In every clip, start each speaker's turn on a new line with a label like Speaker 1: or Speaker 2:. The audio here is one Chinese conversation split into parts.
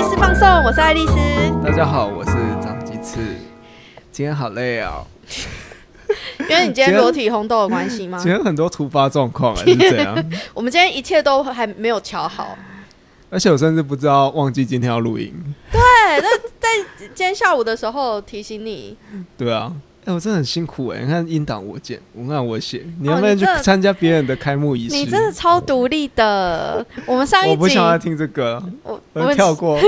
Speaker 1: 我是爱丽丝。
Speaker 2: 大家好，我是张鸡翅。今天好累哦，
Speaker 1: 因为你今天裸体红豆有关系吗
Speaker 2: 今？天很多突发状况啊，是怎 样？
Speaker 1: 我们今天一切都还没有瞧好。
Speaker 2: 而且我甚至不知道忘记今天要录音。
Speaker 1: 对，哎那在今天下午的时候提醒你，
Speaker 2: 对啊，哎、我真的很辛苦哎、你看音档我剪，文案我写，你要不
Speaker 1: 哦
Speaker 2: 要
Speaker 1: 你
Speaker 2: 去
Speaker 1: 真的
Speaker 2: 参加别人的开幕仪式？
Speaker 1: 哦你真的超独立的。我们上一
Speaker 2: 我不
Speaker 1: 集
Speaker 2: 想要听这个，
Speaker 1: 我
Speaker 2: 我就 跳过。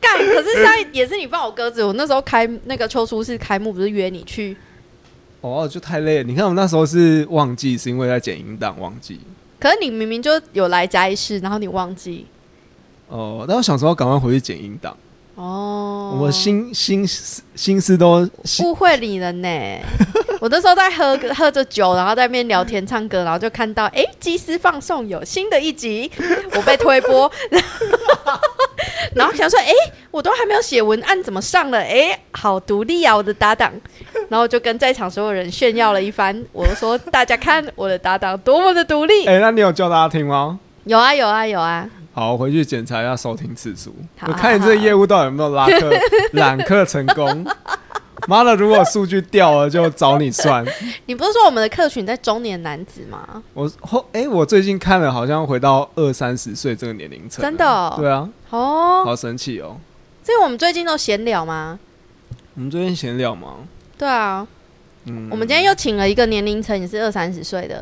Speaker 1: 干，可是上一也是你放我鸽子。我那时候开那个秋书式开幕，不是约你去？
Speaker 2: 哦，就太累了。你看我们那时候是忘记，是因为在剪音档忘记。
Speaker 1: 可是你明明就有来嘉义市，然后你忘记
Speaker 2: 哦，但我想说赶快回去剪音档，
Speaker 1: 哦。
Speaker 2: 我心心思心思都 心
Speaker 1: 误会你了呢。 我那时候在喝喝着酒，然后在那边聊天唱歌，然后就看到哎，诶即时放送有新的一 集，我被推播， 然后想说哎，诶我都还没有写文案，怎么上了？哎，好独立啊，我的搭档。然后就跟在场所有人炫耀了一番，我说大家看我的搭档多么的独立。
Speaker 2: 哎、那你有叫大家听吗？
Speaker 1: 有啊有啊有啊，
Speaker 2: 好，我回去检查一下收听次数。
Speaker 1: 好
Speaker 2: 我看你这个业务到底有没有拉客揽客成功。妈的，如果数据掉了就找 你算。
Speaker 1: 你不是说我们的客群在中年男子吗？
Speaker 2: 我后哎、我最近看了，好像回到二三十岁这个年龄层了。
Speaker 1: 真的哦
Speaker 2: 对啊，
Speaker 1: 哦，
Speaker 2: 好神奇哦。
Speaker 1: 这个我们最近都闲聊吗？
Speaker 2: 我们最近闲聊吗？
Speaker 1: 对啊，
Speaker 2: 嗯，
Speaker 1: 我们今天又请了一个年龄层也是二三十岁的，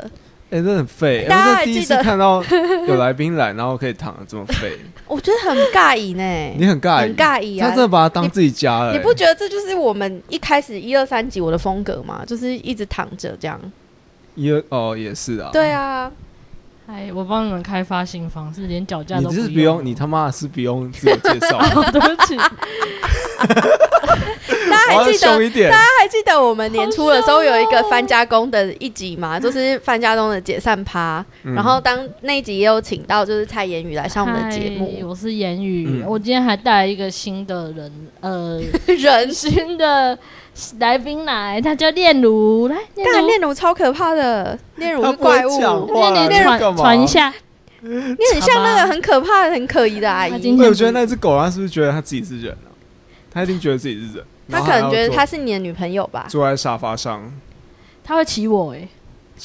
Speaker 2: 哎、真的很废、
Speaker 1: 大家
Speaker 2: 哎我真
Speaker 1: 还
Speaker 2: 的第一
Speaker 1: 记
Speaker 2: 次
Speaker 1: 得
Speaker 2: 看到有来宾来，然后可以躺的这么废，
Speaker 1: 我觉得很尬意呢，
Speaker 2: 你很尬
Speaker 1: 很尬意
Speaker 2: 他
Speaker 1: 啊
Speaker 2: 真。的把他当自己家了、哎
Speaker 1: 你不觉得这就是我们一开始一二三集我的风格吗？就是一直躺着这样。
Speaker 2: 也哦也是啊。
Speaker 1: 对啊，
Speaker 3: 哎，我帮你们开发新方式，连脚架
Speaker 2: 你
Speaker 3: 都
Speaker 2: 就是
Speaker 3: 不
Speaker 2: 不用，你他妈的是不用自我介 绍，
Speaker 3: 哦， 对不起，
Speaker 1: 大家
Speaker 2: 我
Speaker 1: 还
Speaker 2: 要
Speaker 1: 记得
Speaker 2: 凶一点。
Speaker 1: 大家还记得我们年初的时候有一个范家公的一集吗？就是范家公的解散趴，
Speaker 2: 嗯
Speaker 1: 然后当那一集也有请到就是蔡妍宇来上我们的节
Speaker 3: 嗨
Speaker 1: 目。
Speaker 3: 我是言语，
Speaker 2: 嗯
Speaker 3: 我今天还带来一个新的人，呃，
Speaker 1: 人
Speaker 3: 新的来宾来，他叫炼如，来，
Speaker 1: 干啊
Speaker 3: 炼
Speaker 1: 念奴超可怕的，念奴
Speaker 2: 他
Speaker 1: 是
Speaker 2: 不会
Speaker 1: 怪物，
Speaker 2: 讲
Speaker 3: 如，
Speaker 2: 话
Speaker 3: 炼
Speaker 2: 了，你
Speaker 3: 如
Speaker 2: 在
Speaker 3: 传
Speaker 2: 干嘛
Speaker 3: 传一。下，
Speaker 1: 你很像那个很可怕、很可疑的阿
Speaker 3: 他
Speaker 1: 姨。
Speaker 3: 今
Speaker 2: 我
Speaker 3: 天
Speaker 2: 有觉得那只狗，它啊是不是觉得它自己是人啊？它一定觉得自己是人。
Speaker 1: 他
Speaker 2: 然后
Speaker 1: 可能觉得
Speaker 2: 还
Speaker 1: 她
Speaker 2: 要
Speaker 1: 是你的女朋友吧
Speaker 2: 坐？坐在沙发上，
Speaker 3: 他会骑我， 哎，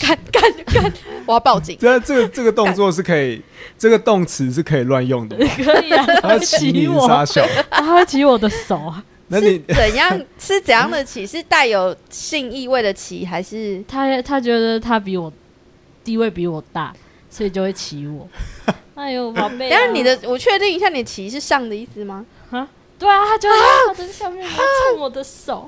Speaker 1: 干干干！我要报警！
Speaker 2: 这这个这个动作是可 以，这个动词是可以乱用的吗。
Speaker 3: 可以啊，他
Speaker 2: 它
Speaker 3: 会
Speaker 2: 骑你
Speaker 3: 骑
Speaker 2: 傻
Speaker 3: 我，
Speaker 2: 小，
Speaker 3: 他会骑我的手啊，
Speaker 2: 那你
Speaker 1: 怎样 是怎样的棋？是带有性意味的棋，还是
Speaker 3: 他他觉得他比我地位比我大，所以就会骑 我。哎呦，宝贝啊！
Speaker 1: 但是你的，我确定一下，你棋是上的意思吗？
Speaker 3: 对啊，他就他在下面来蹭我的手，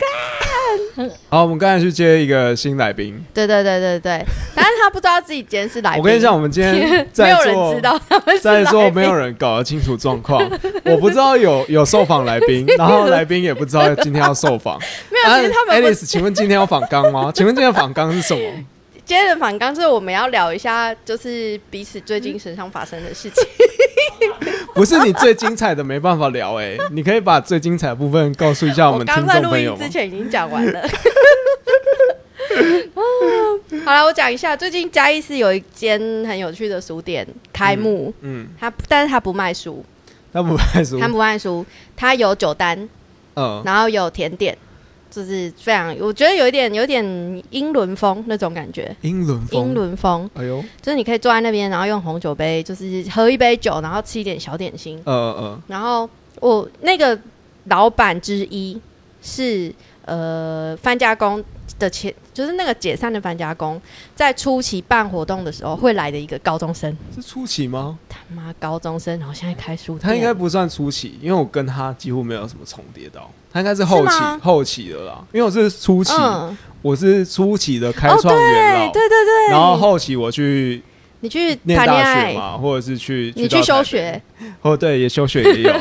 Speaker 2: 好，我们刚才去接一个新来宾。
Speaker 1: 对对对对 对，但是他不知道自己今天是来宾。
Speaker 2: 我跟 你讲，，我们今天
Speaker 1: 没
Speaker 2: 在
Speaker 1: 有人知
Speaker 2: 座
Speaker 1: 道他们是
Speaker 2: 在
Speaker 1: 来
Speaker 2: 座
Speaker 1: 宾。
Speaker 2: 没有人搞得清楚状况，我不知 道有有受访来宾，然后来宾也不知道今天要受访。 啊
Speaker 1: 没有，其实他们不
Speaker 2: Alice，请问今天要访纲吗？请问今天的访纲是什么？
Speaker 1: 今天的反刚就是我们要聊一下，就是彼此最近身上发生的事情。
Speaker 2: 不是你最精彩的没办法聊哎、你可以把最精彩的部分告诉一下我
Speaker 1: 我
Speaker 2: 们听
Speaker 1: 刚在
Speaker 2: 众
Speaker 1: 录
Speaker 2: 朋
Speaker 1: 音
Speaker 2: 友吗
Speaker 1: 之？前已经讲完了。 啊好了，我讲一下，最近嘉义市有一间很有趣的书店开幕，
Speaker 2: 嗯，
Speaker 1: 它但是它不卖书，
Speaker 2: 那不排除
Speaker 1: 它不卖书，它有酒单，
Speaker 2: 嗯，
Speaker 1: 然后有甜点，就是非常，我觉得有一点有一点英伦风那种感觉，
Speaker 2: 英伦
Speaker 1: 英
Speaker 2: 风，
Speaker 1: 伦风
Speaker 2: 哎呦，
Speaker 1: 就是你可以坐在那边，然后用红酒杯，就是喝一杯酒，然后吃一点小点心，
Speaker 2: 呃呃，
Speaker 1: 然后我那个老板之一是呃范家公的前，就是那个解散的范家公，在初期办活动的时候会来的一个高中生，
Speaker 2: 是初期吗？
Speaker 1: 他妈高中生，然后现在开书店，
Speaker 2: 他应该不算初期，因为我跟他几乎没有什么重叠到，他应该是后期
Speaker 1: 是吗
Speaker 2: 后期的啦，因为我是初期，
Speaker 1: 嗯，
Speaker 2: 我是初期的开
Speaker 1: 哦
Speaker 2: 创元
Speaker 1: 对
Speaker 2: 老，
Speaker 1: 对对对，
Speaker 2: 然后后期我去
Speaker 1: 你去
Speaker 2: 念
Speaker 1: 谈恋
Speaker 2: 大学
Speaker 1: 爱，
Speaker 2: 嘛，或者是去
Speaker 1: 你
Speaker 2: 到
Speaker 1: 去
Speaker 2: 台
Speaker 1: 休
Speaker 2: 北
Speaker 1: 学，
Speaker 2: 哦，对，也休学也有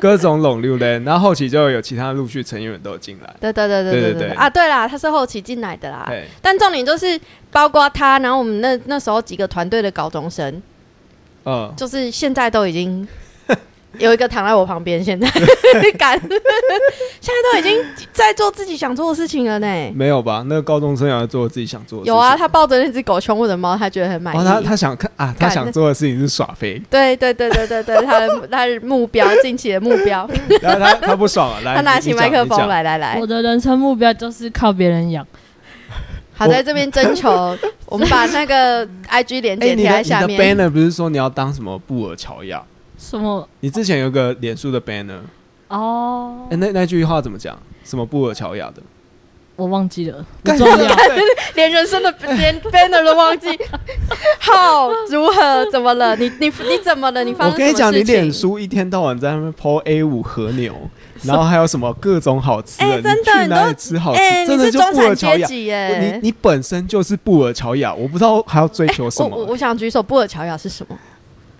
Speaker 2: 各种拢六嘞，然后后期就有其他陆续成员都有进来，
Speaker 1: 对对对
Speaker 2: 对
Speaker 1: 对
Speaker 2: 对对
Speaker 1: 啊，对啦，他是后期进来的啦，
Speaker 2: 对，
Speaker 1: 但重点就是包括他，然后我们那那时候几个团队的高中生，
Speaker 2: 嗯，
Speaker 1: 就是现在都已经有一个躺在我旁边，现在敢，现在都已经在做自己想做的事情了呢。
Speaker 2: 没有吧？那个高中生也要做自己想做的事情。
Speaker 1: 有啊，他抱着那只狗熊我的猫，他觉得很满
Speaker 2: 哦，他
Speaker 1: 意。
Speaker 2: 他想看啊，他
Speaker 1: 干
Speaker 2: 想做的事情是耍飞，
Speaker 1: 对对对对对对，他的他的目标，近期的目标，
Speaker 2: 然后他他不爽 了，来，
Speaker 1: 他拿
Speaker 2: 你
Speaker 1: 起麦克风，
Speaker 2: 你讲
Speaker 1: 来来来
Speaker 3: 我，的人生目标就是靠别人养。
Speaker 1: 好，在这边征求，我们把那 个 IG 连
Speaker 2: 你
Speaker 1: 接贴在
Speaker 2: 讲哎，你的
Speaker 1: 下
Speaker 2: 你
Speaker 1: 面。
Speaker 2: 的 banner 不是说你要当什么布尔乔亚？
Speaker 3: 什么？
Speaker 2: 你之前有个脸书的 banner，
Speaker 3: 哦
Speaker 2: 哎，，那那句话怎么讲？什么布尔乔亚的？
Speaker 3: 我忘记了，不
Speaker 2: 干
Speaker 3: 重要。
Speaker 2: 对
Speaker 1: 连人生的连 banner 都忘记。好，如何？怎么了？你你你怎么了？你发
Speaker 2: 我
Speaker 1: 生
Speaker 2: 跟你
Speaker 1: 什
Speaker 2: 讲，
Speaker 1: 么
Speaker 2: 你
Speaker 1: 事
Speaker 2: 脸
Speaker 1: 情？
Speaker 2: 书一天到晚在那边 po A 五和 牛，然后还有什么各种好吃
Speaker 1: 哎
Speaker 2: 的，
Speaker 1: 真的
Speaker 2: 你去哪
Speaker 1: 你
Speaker 2: 里吃好吃？
Speaker 1: 哎，
Speaker 2: 真
Speaker 1: 你
Speaker 2: 的
Speaker 1: 是
Speaker 2: 就
Speaker 1: 中
Speaker 2: 布尔
Speaker 1: 产
Speaker 2: 乔
Speaker 1: 阶
Speaker 2: 亚。
Speaker 1: 级
Speaker 2: 我你
Speaker 1: 耶！
Speaker 2: 你本身就是布尔乔亚，我不知道还要追求什
Speaker 1: 我
Speaker 2: 么。
Speaker 1: 哎我我想举手，布尔乔亚是什么？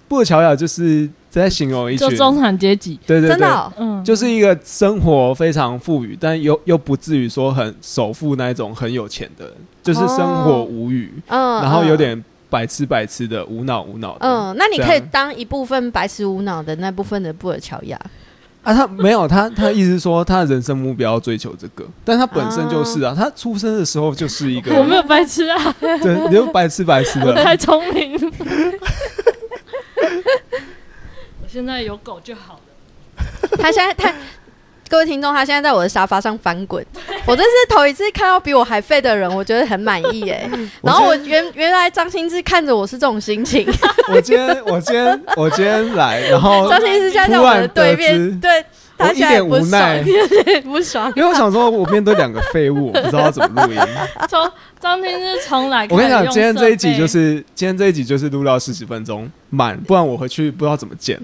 Speaker 2: 布尔乔亚就是在形容一群
Speaker 3: 就，中产阶级，
Speaker 2: 对对
Speaker 1: 真的
Speaker 2: 对，
Speaker 1: 哦
Speaker 3: 嗯，
Speaker 2: 就是一个生活非常富裕，但又又不至于说很首富那一种很有钱的人，就是生活无语，
Speaker 1: 哦嗯，
Speaker 2: 然后
Speaker 1: 嗯
Speaker 2: 有点白痴白痴的，无脑无脑的。
Speaker 1: 嗯，那你
Speaker 2: 这
Speaker 1: 可以
Speaker 2: 样
Speaker 1: 当一部分白痴无脑的那部分的布尔乔亚。
Speaker 2: 啊，他没有他，他意思说他的人生目标追求这个，但他本身就是啊，他出生的时候就 是一个，
Speaker 3: 我没有 白痴啊，
Speaker 2: 对，你就白痴白痴
Speaker 3: 我
Speaker 2: 的。
Speaker 3: 太聪明。 我现在有狗就好了。
Speaker 1: 他现在他。各位听众，他现在在我的沙发上翻滚，我真是头一次看到比我还废的人，我觉得很满意耶。然后我原原来张新志看着我是这种心情，
Speaker 2: 我今天我今天我今天来，然 后
Speaker 1: 张新志现在在我的对
Speaker 2: 哦突然得知
Speaker 1: 面，对他
Speaker 2: 我一
Speaker 1: 现在
Speaker 2: 脸
Speaker 1: 不
Speaker 2: 无奈
Speaker 1: 爽，，有点 不爽。
Speaker 2: 因为我想说，我面对两个废物，我不知道要怎 么录音。
Speaker 3: 从张天志从来，
Speaker 2: 我跟你讲，今天这一集就。是今天这一集就是录到四十分钟满，不然我回去不知道怎么剪。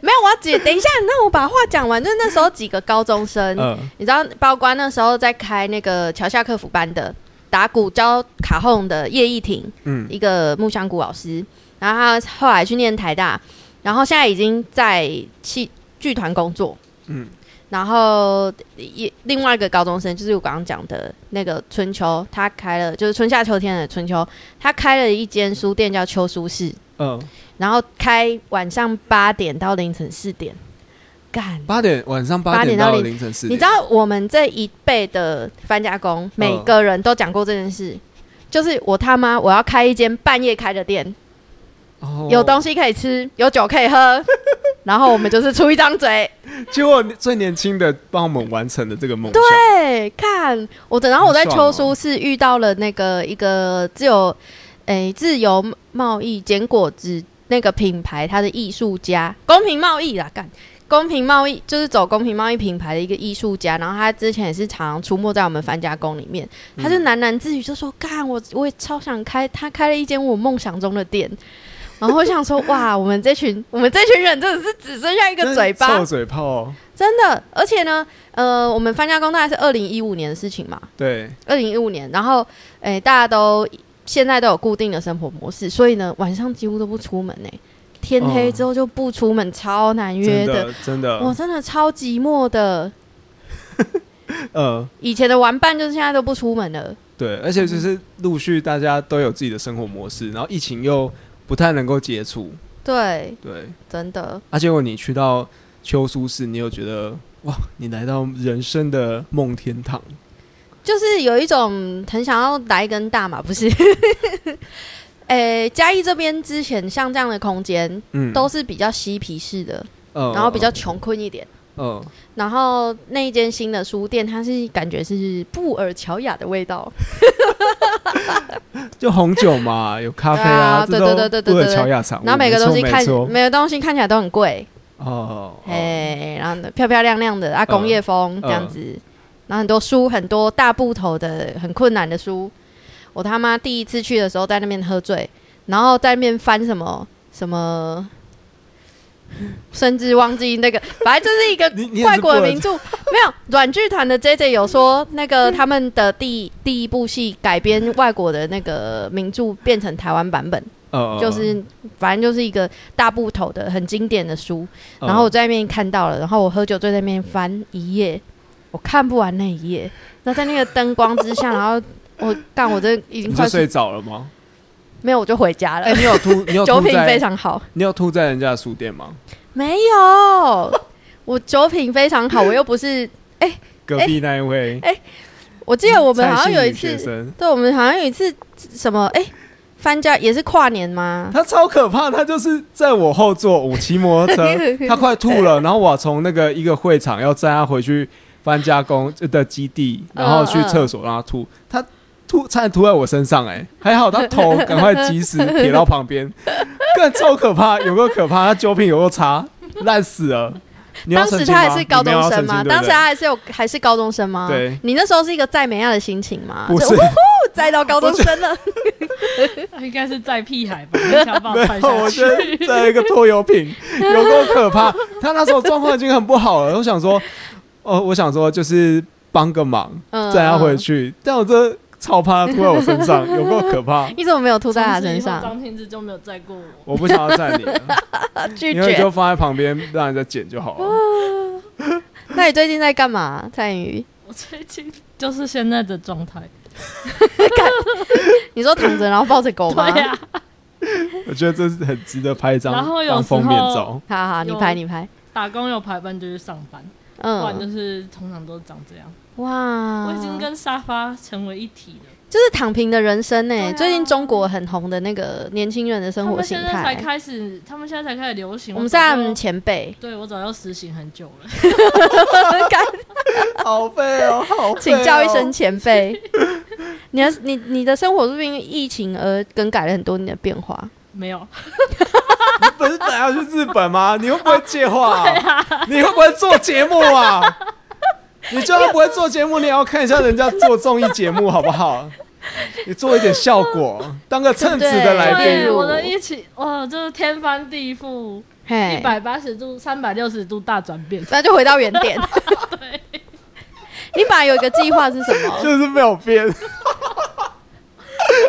Speaker 1: 没有，我要解。等一下，那我把话讲完。就是那时候几个高中生，
Speaker 2: 嗯，
Speaker 1: 你知道，包括那时候在开那个桥下客服班的打鼓教卡洪的叶一婷，
Speaker 2: 嗯，
Speaker 1: 一个木香谷老师，然后他后来去念台大，然后现在已经在戏剧团工作，嗯
Speaker 2: 嗯，
Speaker 1: 然后也另外一个高中生就是我刚刚讲的那个春秋，他开了就是春夏秋天的春秋，他开了一间书店叫秋书室，
Speaker 2: 嗯，
Speaker 1: 然后开晚上八点到凌晨四点，干。
Speaker 2: 八点晚上八
Speaker 1: 八点
Speaker 2: 点
Speaker 1: 到
Speaker 2: 到
Speaker 1: 凌
Speaker 2: 凌晨四
Speaker 1: 你
Speaker 2: 点，
Speaker 1: 知道我们这一辈的搬家工，每个人都讲过这件事，就是我他妈我要开一间半夜开的店，
Speaker 2: 哦
Speaker 1: 有东西可以吃，有酒可以喝，然后我们就是出一张嘴。
Speaker 2: 结果最年轻的帮我们完成了这个梦想。
Speaker 1: 对，看我等，然后我在
Speaker 2: 很爽
Speaker 1: 秋
Speaker 2: 哦
Speaker 1: 书是遇到了那个一个自由，诶、自由贸易坚果子那个品牌，它的艺术家，公平贸易啦，干。公平贸易就是走公平贸易品牌的一个艺术家，然后他之前也是常常出没在我们樊家宫里面，他就喃喃自语就说：“干，我我也超想开，他开了一间我梦想中的店。”然后我想说：“哇，我们这群我们这群人真的是只剩下一个嘴巴，
Speaker 2: 臭嘴炮哦，
Speaker 1: 真的，而且呢，呃，我们搬家工大概是二零一五年的事情嘛，
Speaker 2: 对，
Speaker 1: 二零一五年，然后，诶、大家都现在都有固定的生活模式，所以呢，晚上几乎都不出门呢、天黑之后就不出门，超难约
Speaker 2: 真
Speaker 1: 的，
Speaker 2: 的真的，
Speaker 1: 我真的超寂寞的。
Speaker 2: 呃，
Speaker 1: 以前的玩伴就是现在都不出门了，
Speaker 2: 对，而且就是陆续大家都有自己的生活模式，然后疫情又不太能够接触，
Speaker 1: 对，
Speaker 2: 对，
Speaker 1: 真的，
Speaker 2: 啊，结果你去到秋苏市，你有觉得哇，你来到人生的梦天堂，
Speaker 1: 就是有一种很想要来一根大嘛，不是？ 诶、嘉义这边之前像这样的空间
Speaker 2: 嗯，
Speaker 1: 都是比较嬉皮士的，
Speaker 2: 呃
Speaker 1: 然后比较穷困一点。
Speaker 2: 呃，
Speaker 1: 然后那一间新的书店，它是感觉是布尔乔亚的味道，
Speaker 2: 呃就红酒嘛，有咖啡
Speaker 1: 啊
Speaker 2: 这
Speaker 1: 对
Speaker 2: 都
Speaker 1: 对对对
Speaker 2: 布尔
Speaker 1: 对
Speaker 2: 乔亚产物，
Speaker 1: 然后每个
Speaker 2: 啊没
Speaker 1: 东西嗯
Speaker 2: 错没
Speaker 1: 看
Speaker 2: 错
Speaker 1: 每个东西看起来都很贵，
Speaker 2: 哦，哦
Speaker 1: 哎，然后漂漂亮亮的啊，工业风
Speaker 2: 嗯
Speaker 1: 这样子，然后很多书，很多大部头的很困难的书，我他妈第一次去的时候在那边喝醉，然后在那边翻什么什么。 甚至忘记那个，反正就是一个
Speaker 2: 你你也是
Speaker 1: 外国的
Speaker 2: 布尔
Speaker 1: 名著，没有软剧团的 J J 有说，那
Speaker 2: 嗯
Speaker 1: 个他们的第第一部戏改编外国的那个名著变成台湾版本，
Speaker 2: 呃，
Speaker 1: 就是反正就是一个大部头的很经典的书。然后我
Speaker 2: 呃
Speaker 1: 在那边看到了，然后我喝酒醉在那边翻一夜，我看不完那一页。那在那个灯光之下，然后我干，我这已经
Speaker 2: 你
Speaker 1: 快
Speaker 2: 就
Speaker 1: 睡
Speaker 2: 睡着了吗？
Speaker 1: 没有我就回家了
Speaker 2: 哎、。你有吐？你有
Speaker 1: 酒
Speaker 2: 吐
Speaker 1: 品非
Speaker 2: 在？
Speaker 1: 常好，
Speaker 2: 你有吐在人家的书店吗？
Speaker 1: 没有，我酒品非常好，我又不是，
Speaker 2: 隔壁那一位，
Speaker 1: 哎我记得我们
Speaker 2: 蔡
Speaker 1: 好像
Speaker 2: 姓
Speaker 1: 有一
Speaker 2: 女学
Speaker 1: 次，
Speaker 2: 生，
Speaker 1: 对，我们好像有一次什么，哎、翻家也是跨年吗？，
Speaker 2: 他超可怕，他就是在我后座，我骑摩托车 他快吐了，然后我从那个一个会场要载他回去搬加工呃的基地，然后
Speaker 1: 嗯
Speaker 2: 去厕所让他吐，他吐差点吐在我身上、哎，还好他 头赶快及时撇到旁边，更超可怕，有个可怕，他酒品有个差，烂死了。你要
Speaker 1: 当时
Speaker 2: 澄清
Speaker 1: 他
Speaker 2: 吗
Speaker 1: 还是高中生
Speaker 2: 你没有要澄清
Speaker 1: 吗？
Speaker 2: 对不对
Speaker 1: 当时他还是有还是高中生吗？
Speaker 2: 对
Speaker 1: 你那时候是一个在美亚的心情吗？
Speaker 2: 不
Speaker 1: 就，
Speaker 2: 是
Speaker 1: 呜呼，栽到高中生 了，
Speaker 3: 应该是在屁孩吧，你想把我 踹
Speaker 2: 没有，
Speaker 3: 下
Speaker 2: 我
Speaker 3: 去
Speaker 2: 觉。得在一个拖油瓶，有多可怕。他那时候状况已经很不好了，我想说，哦、我想说就是帮个忙，
Speaker 1: 嗯
Speaker 2: 载他回去。但我这超怕他吐在我身上，有够可怕。
Speaker 1: 你怎么没有吐
Speaker 3: 从
Speaker 1: 在他
Speaker 3: 此以
Speaker 1: 身
Speaker 3: 后
Speaker 1: 上？
Speaker 3: 张天志就没有载过我。
Speaker 2: 我不想要载你了，
Speaker 1: 拒
Speaker 2: 因为就
Speaker 1: 绝。
Speaker 2: 放在旁边让人家捡就好了。
Speaker 1: 那你最近在干嘛？蔡颖瑜，
Speaker 3: 我最近就是现在的状态。
Speaker 1: 你说躺着然后抱着狗
Speaker 3: 对啊
Speaker 1: 吗？
Speaker 3: 呀、
Speaker 2: 我觉得这是很值得拍一张
Speaker 3: 然后有
Speaker 2: 当封面
Speaker 3: 时候
Speaker 2: 照。
Speaker 1: 好好，你
Speaker 3: 有
Speaker 1: 拍你拍。
Speaker 3: 打工有排班就去上班，不然就
Speaker 1: 嗯，
Speaker 3: 是通常都是长这样。
Speaker 1: 哇，
Speaker 3: 我已经跟沙发成为一体了。
Speaker 1: 就是躺平的人生呢、
Speaker 3: 对啊
Speaker 1: 最近中国很红的那个年轻人的生
Speaker 3: 他
Speaker 1: 活
Speaker 3: 们
Speaker 1: 形
Speaker 3: 现在
Speaker 1: 态，
Speaker 3: 才开始，他们现在才开始流行。
Speaker 1: 我们是
Speaker 3: 在
Speaker 1: 他们前 辈，
Speaker 3: 对我早就实行很久了。
Speaker 1: 干
Speaker 2: 好背哦，好
Speaker 1: 请叫一声。前辈。
Speaker 3: 哦
Speaker 1: 你的你你的生活是不是因为疫情而更改了很多你的变化？
Speaker 3: 没有，
Speaker 2: 你不是本来要去日本吗？你会不会接话、啊？你会不会做节目啊？你就算不会做节目，你也要看一下人家做综艺节目好不好？你做一点效果，当个称职的来
Speaker 1: 对
Speaker 2: 宾。
Speaker 1: 例
Speaker 3: 对
Speaker 1: 如
Speaker 3: 我的一起，哇，就是天翻地覆，一
Speaker 1: 嘿，
Speaker 3: 百八十度、三百六十度大转变。
Speaker 1: 那就回到原点。 你本来有一个计划是什么？
Speaker 2: 就是没有变，
Speaker 3: 我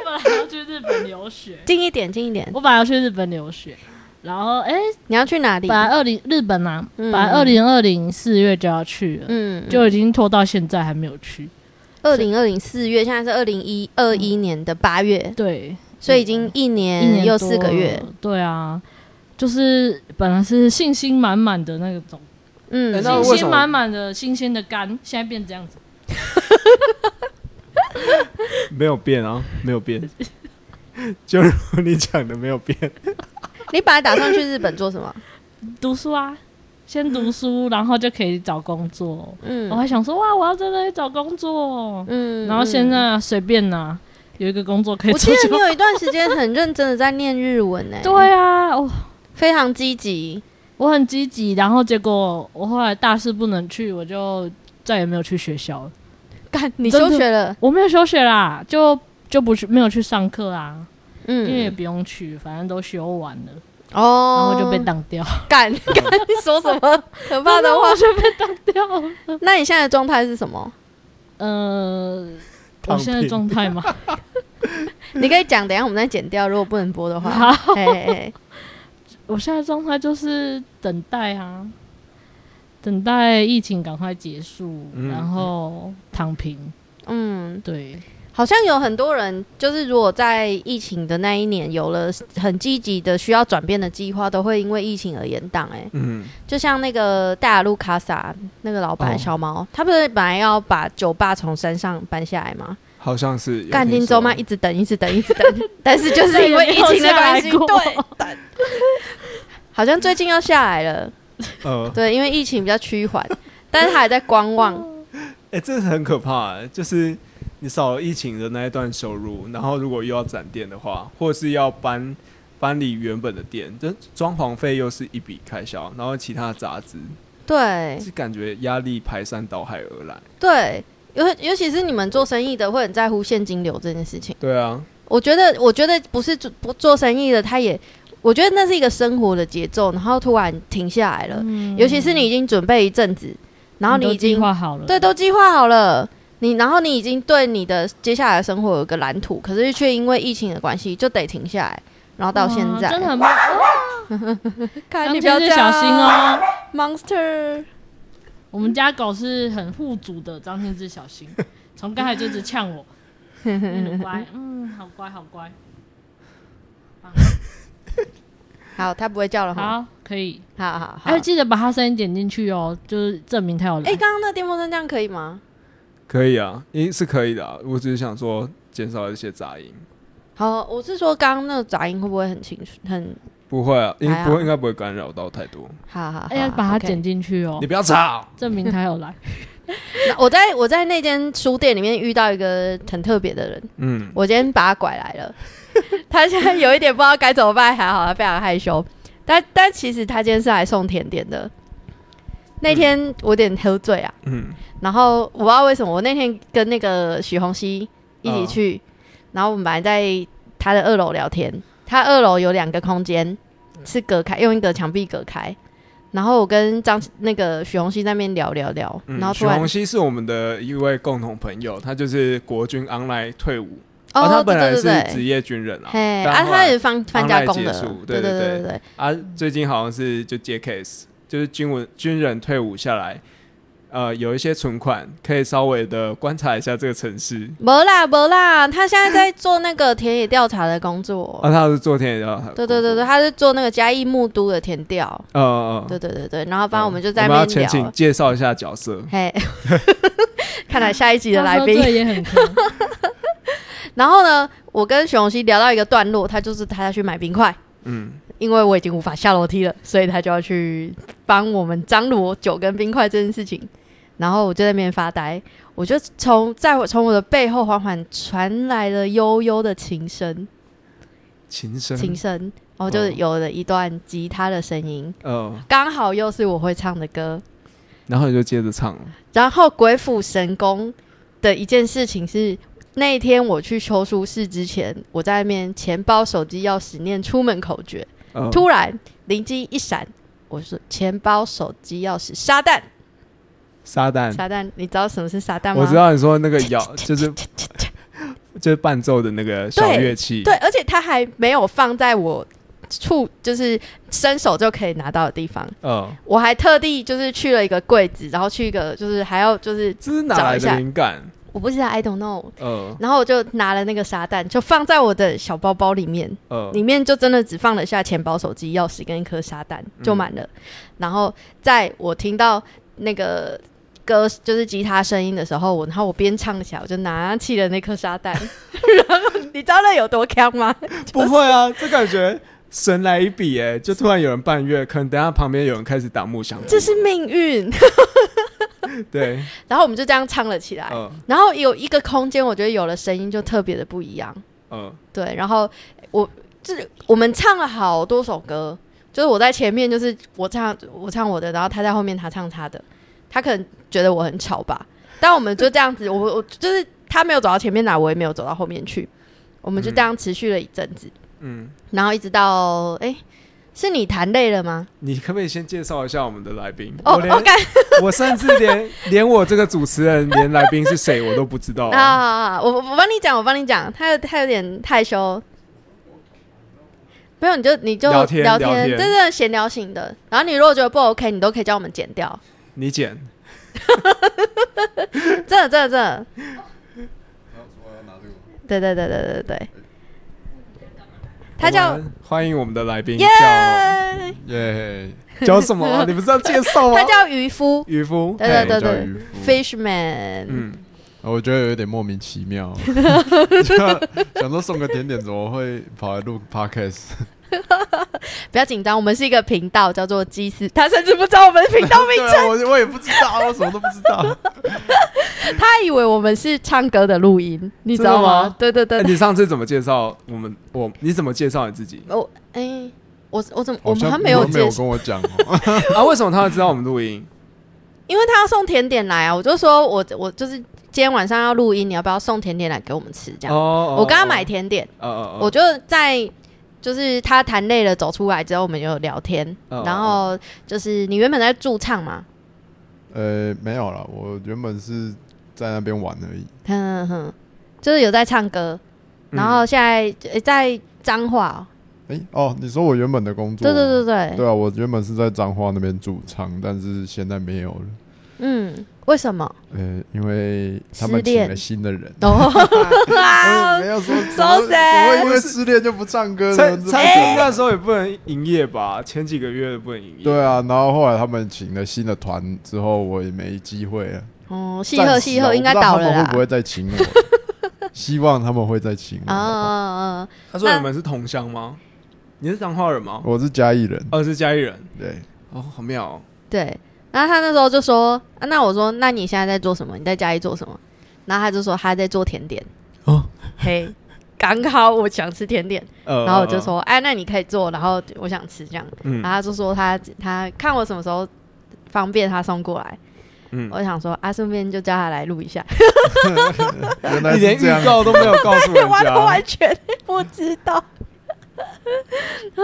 Speaker 3: 本来要去日本留学，
Speaker 1: 近一点，近一点。
Speaker 3: 我本来要去日本留学，然后哎、
Speaker 1: 你要去哪里
Speaker 3: 本？来二零日本啊，
Speaker 1: 嗯
Speaker 3: 本来二零二零四月就要去了，
Speaker 1: 嗯，就
Speaker 3: 就已经拖到现在还没有去。
Speaker 1: 二零二零四月，现在是二零一二一年的八月，
Speaker 3: 对，
Speaker 1: 所以已经一
Speaker 3: 嗯一年
Speaker 1: 年又四
Speaker 3: 多
Speaker 1: 个
Speaker 3: 了
Speaker 1: 月。。
Speaker 3: 对啊，就是本来是信心满满的那种，
Speaker 1: 嗯
Speaker 2: 哎，那为
Speaker 3: 信
Speaker 2: 什
Speaker 3: 心
Speaker 2: 么
Speaker 3: 满满的新鲜的肝，现在变这样子。
Speaker 2: 没有变啊，没有变，就如你讲的没有变。
Speaker 1: 你本来打算去日本做什么？
Speaker 3: 读书啊，先读书，然后就可以找工作。
Speaker 1: 嗯
Speaker 3: 我还想说哇，我要在那里找工作，
Speaker 1: 嗯
Speaker 3: 哦然后现。在随便拿、有一个工作可以
Speaker 1: 我记
Speaker 3: 出
Speaker 1: 得
Speaker 3: 去
Speaker 1: 你。有一段时间很认真的在念日文呢、
Speaker 3: 对啊，我
Speaker 1: 非常积极。
Speaker 3: 我很积极，然后结果我后来大四不能去，我就再也没有去学校了。
Speaker 1: 干，你
Speaker 3: 真
Speaker 1: 休
Speaker 3: 的
Speaker 1: 学了，
Speaker 3: 我没有休学啦，就就不去没有去上课啊，因为也
Speaker 1: 嗯，
Speaker 3: 不用去，反正都修完了，然
Speaker 1: 哦，
Speaker 3: 后就被挡 掉，
Speaker 1: 干干，你说 什么可怕的话？
Speaker 3: 就被挡掉了。
Speaker 1: 那你现在的状态是什么？
Speaker 3: 呃，
Speaker 2: 躺
Speaker 3: 我
Speaker 2: 平
Speaker 3: 现在状 态嘛，
Speaker 1: 你可以讲，等一下我们再剪掉，如果不能播的话。嘿嘿嘿
Speaker 3: 我现在状态就是等待啊，等待疫情赶快结束，
Speaker 2: 嗯
Speaker 3: 然后躺平。
Speaker 1: 嗯，
Speaker 3: 对，
Speaker 1: 好像有很多人，就是如果在疫情的那一年有了很积极的需要转变的计划，都会因为疫情而延档、哎，
Speaker 2: 嗯，
Speaker 1: 就像那个大雅路卡萨那个老板
Speaker 2: 哦
Speaker 1: 小毛，他不是本来要把酒吧从山上搬下来吗？
Speaker 2: 好像是
Speaker 1: 干丁州嘛，一直等，一直等，一直等， 但是就是因为疫情的关系，
Speaker 3: 再也没有下来
Speaker 1: 对，等好像最近要下来了，
Speaker 2: 呃，
Speaker 1: 对，因为疫情比较趋缓，但是他还在观望，
Speaker 2: 哎、这是很可怕、欸，就是你少了疫情的那一段收入，然后如果又要展店的话，或是要搬搬离原本的店，这装潢费又是一笔开销，然后其他的杂支，
Speaker 1: 对
Speaker 2: 是感觉压力排山倒海而来。
Speaker 1: 对，尤尤其是你们做生意的会很在乎现金流这件事情，
Speaker 2: 对啊，
Speaker 1: 我觉得，我觉得不是做不做生意的，他也，我觉得那是一个生活的节奏，然后突然停下来了，
Speaker 3: 嗯
Speaker 1: 呃尤其是你已经准备一阵子，然后你
Speaker 3: 都
Speaker 1: 已经
Speaker 3: 计划好了，
Speaker 1: 对，都计划好了，你然后你已经对你的接下来的生活有一个蓝图，可是却因为疫情的关系就得停下来，然后到现
Speaker 3: 哇
Speaker 1: 在，
Speaker 3: 真的很棒。
Speaker 1: 看
Speaker 3: 张
Speaker 1: 你不要
Speaker 3: 天
Speaker 1: 这
Speaker 3: 志
Speaker 1: 样
Speaker 3: 小心哦。
Speaker 1: ，Monster，
Speaker 3: 我们家狗是很护主的，张天志小心， 嗯从刚才就一直呛我，你很乖，嗯，好乖好乖。棒。
Speaker 1: 好，他不会叫了哈。
Speaker 3: 好，可以。
Speaker 1: 好好好。
Speaker 3: 还有哎记得把他声音剪进去哦，就是证明他有来
Speaker 1: 哎，。刚刚那电风扇这样可以吗？
Speaker 2: 可以啊，音是可以的啊、我只是想说减少一些杂音，
Speaker 1: 好，我是说刚刚那个杂音会不会很清楚？很
Speaker 2: 不会啊，应
Speaker 1: 还好
Speaker 2: 不会应该不会干扰到太多。
Speaker 1: 好好好，
Speaker 3: 哎，要把它
Speaker 1: OK
Speaker 3: 剪进去哦
Speaker 2: 你，不要吵，
Speaker 3: 证明他有来。
Speaker 1: 那我在我在那间书店里面遇到一个很特别的人，
Speaker 2: 嗯，
Speaker 1: 我今天把他拐来了， 他现在有一点不知道该怎么办，还好他非常害羞。但但其实他今天是来送甜点的。那天我有点喝醉啊，
Speaker 2: 嗯，
Speaker 1: 然后我不知道为什么，我那天跟那个许红熙一起
Speaker 2: 哦
Speaker 1: 去，然后我们本来在他的二楼聊天，他二楼有两个空间是隔开，用一个墙壁隔开。然后我跟张那个许红熙在那边聊聊聊，
Speaker 2: 嗯
Speaker 1: 然后突
Speaker 2: 许
Speaker 1: 然
Speaker 2: 红熙是我们的一位共同朋友，他就是国军 online 退伍，
Speaker 1: 哦，
Speaker 2: 啊他
Speaker 1: 对
Speaker 2: 本来
Speaker 1: 对对对
Speaker 2: 是职业军人啊，
Speaker 1: 嘿，
Speaker 2: 但
Speaker 1: 啊，
Speaker 2: 后
Speaker 1: 他
Speaker 2: 来
Speaker 1: 也放放假工的
Speaker 2: 结束，
Speaker 1: 对对
Speaker 2: 对对
Speaker 1: 对
Speaker 2: 对
Speaker 1: 对，
Speaker 2: 啊，最近好像是就接 case，就是军文军人退伍下来，呃，有一些存款可以稍微的观察一下这个城市。
Speaker 1: 没啦没啦，他现在在做那个田野调查的工作，
Speaker 2: 啊，他是做田野调查的工作，
Speaker 1: 哦对对对对，他是做那个嘉义木都的田调，
Speaker 2: 呃，呃，
Speaker 1: 对对对对，然后反正我们就在
Speaker 2: 我
Speaker 1: 那
Speaker 2: 们要
Speaker 1: 边
Speaker 2: 前
Speaker 1: 聊
Speaker 2: 情，介绍一下角色，
Speaker 1: 嘿， 看来下一集的来
Speaker 3: 他喝
Speaker 1: 宾，
Speaker 3: 醉也很坑
Speaker 1: 然后呢，我跟许荣熙聊到一个段落，他就是他要去买冰块。
Speaker 2: 嗯，
Speaker 1: 因为我已经无法下楼梯了，所以他就要去帮我们张罗酒跟冰块这件事情。然后我就在那边发呆，我就从在我从我的背后缓缓传来了悠悠的琴声，
Speaker 2: 琴声，
Speaker 1: 琴声，然后就
Speaker 2: 哦
Speaker 1: 有了一段吉他的声音，
Speaker 2: 呃，
Speaker 1: 刚好又是我会唱的歌。
Speaker 2: 然后你就接着唱了，
Speaker 1: 然后鬼斧神工的一件事情是，那一天我去修书室之前，我在那边钱包、手机、钥匙念出门口诀，
Speaker 2: 呃，
Speaker 1: 突然灵机一闪，我说钱包、手机、钥匙、沙蛋，
Speaker 2: 撒旦，
Speaker 1: 沙蛋，你知道什么是沙蛋吗？
Speaker 2: 嗯我知。道你说那个摇，就是 就是伴奏的那个小
Speaker 1: 对
Speaker 2: 乐器，
Speaker 1: 对，，而且它还没有放在我触，就是伸手就可以拿到的地方。
Speaker 2: 呃，
Speaker 1: 我还特地就是去了一个柜子，然后去一个就是还要就是
Speaker 2: 这是哪
Speaker 1: 找
Speaker 2: 来
Speaker 1: 一下
Speaker 2: 的灵感？
Speaker 1: 我不知道 I don't know，
Speaker 2: 呃
Speaker 1: 然后我就拿了那个沙蛋，就放在我的小包包里面。
Speaker 2: 呃，
Speaker 1: 里面就真的只放了下钱包、手机、钥匙跟一颗沙蛋就满了。然后在我听到那个歌就是吉他声音的时候，我然后我边唱起来，我就拿起了那颗沙蛋，然后你知道那有多坑吗？
Speaker 2: 不会啊，这感觉神来一笔哎、就突然有人伴乐，可能等一下旁边有人开始打木响，
Speaker 1: 这是命运。
Speaker 2: 对，
Speaker 1: 然后我们就这样唱了起来，
Speaker 2: 呃
Speaker 1: 然后有一个空间，我觉得有了声音就特别的不一样。
Speaker 2: 呃，
Speaker 1: 对，然后我就是我们唱了好多首歌，就是我在前面，就是我唱我唱我的，然后他在后面他唱他的，他可能觉得我很吵吧，但我们就这样子，我我就是他没有走到前面来，我也没有走到后面去，我们就这样持续了一阵子，
Speaker 2: 嗯，
Speaker 1: 然后一直到哎、是你弹累了吗？
Speaker 2: 你可不可以先介绍一下我们的来宾？
Speaker 1: 哦
Speaker 2: 我连、
Speaker 1: ，OK，
Speaker 2: 我甚至连连我这个主持人连来宾是谁我都不知道、啊。
Speaker 1: 啊，我我我帮你讲，我帮你讲，他有他有点害羞。没有，你就你就
Speaker 2: 聊天
Speaker 1: 聊
Speaker 2: 聊
Speaker 1: 天
Speaker 2: 天
Speaker 1: 真的闲聊型的。然后你如果觉得不 OK，你都可以叫我们剪 掉。
Speaker 2: 你剪，
Speaker 1: 真的，真的，真的。对对对对对对对。他
Speaker 2: 我
Speaker 1: 叫
Speaker 2: 们欢迎我们的来宾
Speaker 1: 耶，
Speaker 4: 耶，
Speaker 2: 叫叫什 么啊、你不知道介绍吗
Speaker 1: 他？叫渔夫
Speaker 2: 渔夫，
Speaker 1: 对对
Speaker 2: 嘿
Speaker 1: 对
Speaker 4: 叫渔夫
Speaker 1: ，Fishman。
Speaker 2: 嗯，
Speaker 4: 我觉得有点莫名其 妙，想说送个甜点怎么会跑来录 podcast？
Speaker 1: 不要紧张，我们是一个频道，叫做“鸡丝”，他甚至不知道我们的频道名
Speaker 4: 对啊，我我也不知道，我什么都不知道。
Speaker 1: 称，他以为我们是唱歌的录音，你知道
Speaker 2: 真的
Speaker 1: 吗
Speaker 2: 吗？
Speaker 1: 对对对
Speaker 2: 哎，你上次怎么介绍我们？我你怎么介绍你自己
Speaker 1: 我哎、我我怎么 我
Speaker 4: 好
Speaker 1: 们
Speaker 4: 像
Speaker 1: 还没
Speaker 4: 有
Speaker 1: 有
Speaker 4: 没
Speaker 1: 介绍？
Speaker 4: 跟我讲 哦，
Speaker 2: 啊？为什么他会知道我们录音？
Speaker 1: 因为他要送甜点来啊，我就说我我就是今天晚上要录音，你要不要送甜点来给我们吃？这样，
Speaker 2: 哦
Speaker 1: 我刚刚买，甜点，
Speaker 2: 哦哦哦，
Speaker 1: 我就在就是他谈累了走出来之后，我们有聊天，
Speaker 2: 哦
Speaker 1: 然后就是你原本在驻唱嘛，
Speaker 4: 呃，没有了，我原本是在那边玩而已。
Speaker 1: 哼哼哼，就是有在唱歌，
Speaker 2: 嗯
Speaker 4: 嗯
Speaker 1: 然后现在、诶在彰化哦、
Speaker 4: 哎、哦，你说我原本的工作？
Speaker 1: 对对对对，
Speaker 4: 对啊，我原本是在彰化那边驻唱，但是现在没有了。
Speaker 1: 嗯，我为什么？
Speaker 4: 呃，因为他们
Speaker 1: 失恋啊
Speaker 4: 请了新的人。
Speaker 1: 哦，
Speaker 4: 我
Speaker 1: 哇
Speaker 4: 也没有说
Speaker 1: So
Speaker 4: 我我
Speaker 1: sad
Speaker 4: 因为失恋就不唱歌
Speaker 2: 蔡
Speaker 4: 了，
Speaker 2: 蔡琴那时候也不能营业吧？前几个月不能营业。
Speaker 4: 对啊，然后后来他们请了新的团之后，我也没机会了。
Speaker 1: 哦，戏
Speaker 4: 暂时
Speaker 1: 鹤
Speaker 4: 啊
Speaker 1: 戏鹤应该
Speaker 4: 我不知道
Speaker 1: 倒了
Speaker 4: 他们会不
Speaker 1: 啦。
Speaker 4: 会再 请我？希望他们会再请
Speaker 1: 啊
Speaker 4: 我。
Speaker 1: 啊
Speaker 2: 他说你们是同乡吗？你是彰化人吗？
Speaker 4: 我是嘉义人，
Speaker 2: 哦，是嘉义人。
Speaker 4: 对，
Speaker 2: 哦，好妙哦。
Speaker 1: 对，然后他那时候就说，啊那我说，那你现在在做什么？你在家里做什么？然后他就说他在做甜点。
Speaker 2: 哦，
Speaker 1: 嘿，刚好我想吃甜点，
Speaker 2: 呃
Speaker 1: 然后我就，说，啊哎，那你可以做，然后我想吃这样。
Speaker 2: 嗯
Speaker 1: 然后他就说他他看我什么时候方便他送过来，
Speaker 2: 嗯，
Speaker 1: 我想说啊，顺便就叫他来录一 下，
Speaker 4: 原来
Speaker 2: 你
Speaker 4: 是
Speaker 2: 连
Speaker 4: 这样
Speaker 2: 预。告都没有告诉 人
Speaker 1: 完
Speaker 2: 家
Speaker 1: 完。全不知道。 啊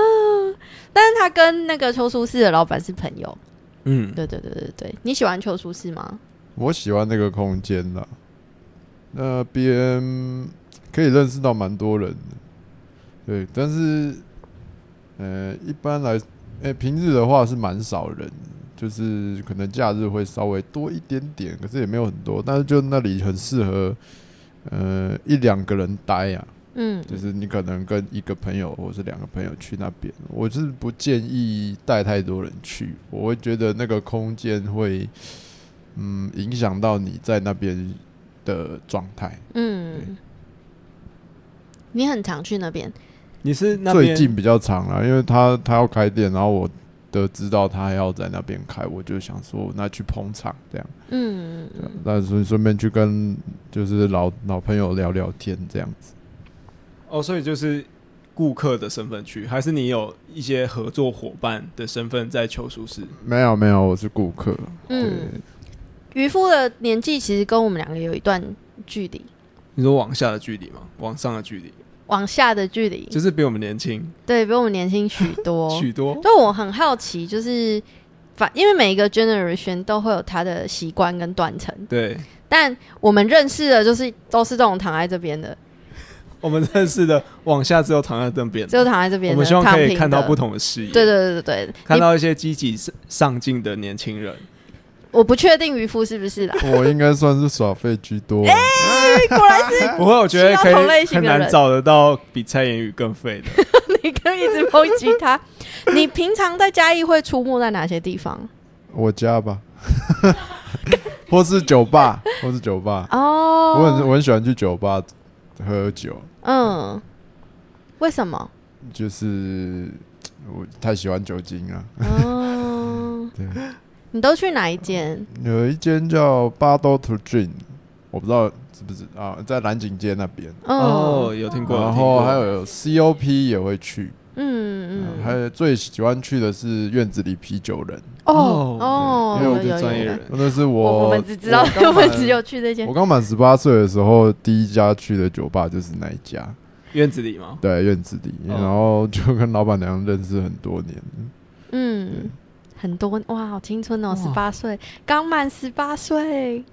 Speaker 1: 但是他跟那个邱淑氏的老板是朋友，
Speaker 2: 嗯，
Speaker 1: 对对对对对。你喜欢邱淑氏吗？
Speaker 4: 我喜欢那个空间啦，那边可以认识到蛮多人的，对，但是，呃，一般来，哎、平日的话是蛮少人的，就是可能假日会稍微多一点点，可是也没有很多，但是就那里很适合，呃，一两个人待啊，
Speaker 1: 嗯，
Speaker 4: 就是你可能跟一个朋友或是两个朋友去那边，我是不建议带太多人去，我会觉得那个空间会，嗯，影响到你在那边的状态。对
Speaker 1: 嗯，你很常去那边，
Speaker 2: 你是那
Speaker 4: 最
Speaker 2: 边
Speaker 4: 近比较长了，因为他他要开店，然后我得知道他要在那边开，我就想说那去捧场这样，
Speaker 1: 嗯，
Speaker 4: 对啊那顺顺便去跟就是老老朋友聊聊天这样子。
Speaker 2: 哦，所以就是顾客的身份去，还是你有一些合作伙伴的身份在求熟市？
Speaker 4: 没有没有，我是顾客，对，
Speaker 1: 嗯，渔夫的年纪其实跟我们两个有一段距离，
Speaker 2: 你说往下的距离吗？往上的距离，
Speaker 1: 往下的距离，
Speaker 2: 就是比我们年轻
Speaker 1: 对比我们年轻许多，
Speaker 2: 许多。
Speaker 1: 就我很好奇，就是反因为每一个 generation 都会有他的习惯跟断层，
Speaker 2: 对，
Speaker 1: 但我们认识的就是都是这种躺在这边的，
Speaker 2: 我们认识的往下只有躺在那边，
Speaker 1: 只有躺在这
Speaker 2: 我
Speaker 1: 边的，
Speaker 2: 们希望
Speaker 1: 躺
Speaker 2: 可以
Speaker 1: 平
Speaker 2: 看到
Speaker 1: 的
Speaker 2: 不。同的视野，
Speaker 1: 对对对对对，
Speaker 2: 看
Speaker 1: 你
Speaker 2: 到一些积极上上进的年轻人。
Speaker 1: 我不确定渔夫是不 是啦，
Speaker 4: 我应该算是耍废居多啊。
Speaker 1: 果然是
Speaker 2: 不会，我觉得可
Speaker 1: 需要同类
Speaker 2: 以
Speaker 1: 型
Speaker 2: 很
Speaker 1: 的人
Speaker 2: 难找得到比蔡妍宇更废的。
Speaker 1: 你可以一直抨击他。你平常在嘉义会出没在哪些地方？
Speaker 4: 我家吧， 或是酒吧，或是酒吧。我 很
Speaker 1: 哦，
Speaker 4: 我很喜欢去酒吧喝酒，
Speaker 1: 嗯，为什么？
Speaker 4: 就是我太喜欢酒精啊了。
Speaker 1: 哦
Speaker 4: 对，
Speaker 1: 你都去哪一间？
Speaker 4: 有一间叫巴多 to Gin，我不知道知不知啊，在蓝景街那边。
Speaker 1: 嗯
Speaker 2: 哦，有听过，有
Speaker 4: 然
Speaker 2: 听
Speaker 4: 后
Speaker 2: 过
Speaker 4: 还有 COP 也会去，
Speaker 1: 嗯
Speaker 4: 嗯
Speaker 1: 嗯，
Speaker 4: 还有最喜欢去的是院子里啤酒人，
Speaker 1: 哦
Speaker 2: 哦
Speaker 1: 哦，
Speaker 4: 嗯对因为我
Speaker 1: 有
Speaker 2: 是
Speaker 1: 有
Speaker 2: 专业
Speaker 1: 有有
Speaker 2: 人
Speaker 4: 那是
Speaker 1: 我
Speaker 4: 我
Speaker 1: 我们只知道
Speaker 4: 我刚
Speaker 1: 我们
Speaker 4: 满
Speaker 1: 只有去这间
Speaker 4: 我刚满十八岁的时候，第一家去的酒吧就是那一家。
Speaker 2: 院子里吗？
Speaker 4: 对院子里，
Speaker 2: 哦
Speaker 4: 然后就跟老板娘认识很多年。
Speaker 1: 嗯，很多哇，好青春哦，
Speaker 2: 哇
Speaker 1: 十八岁，刚满十八岁，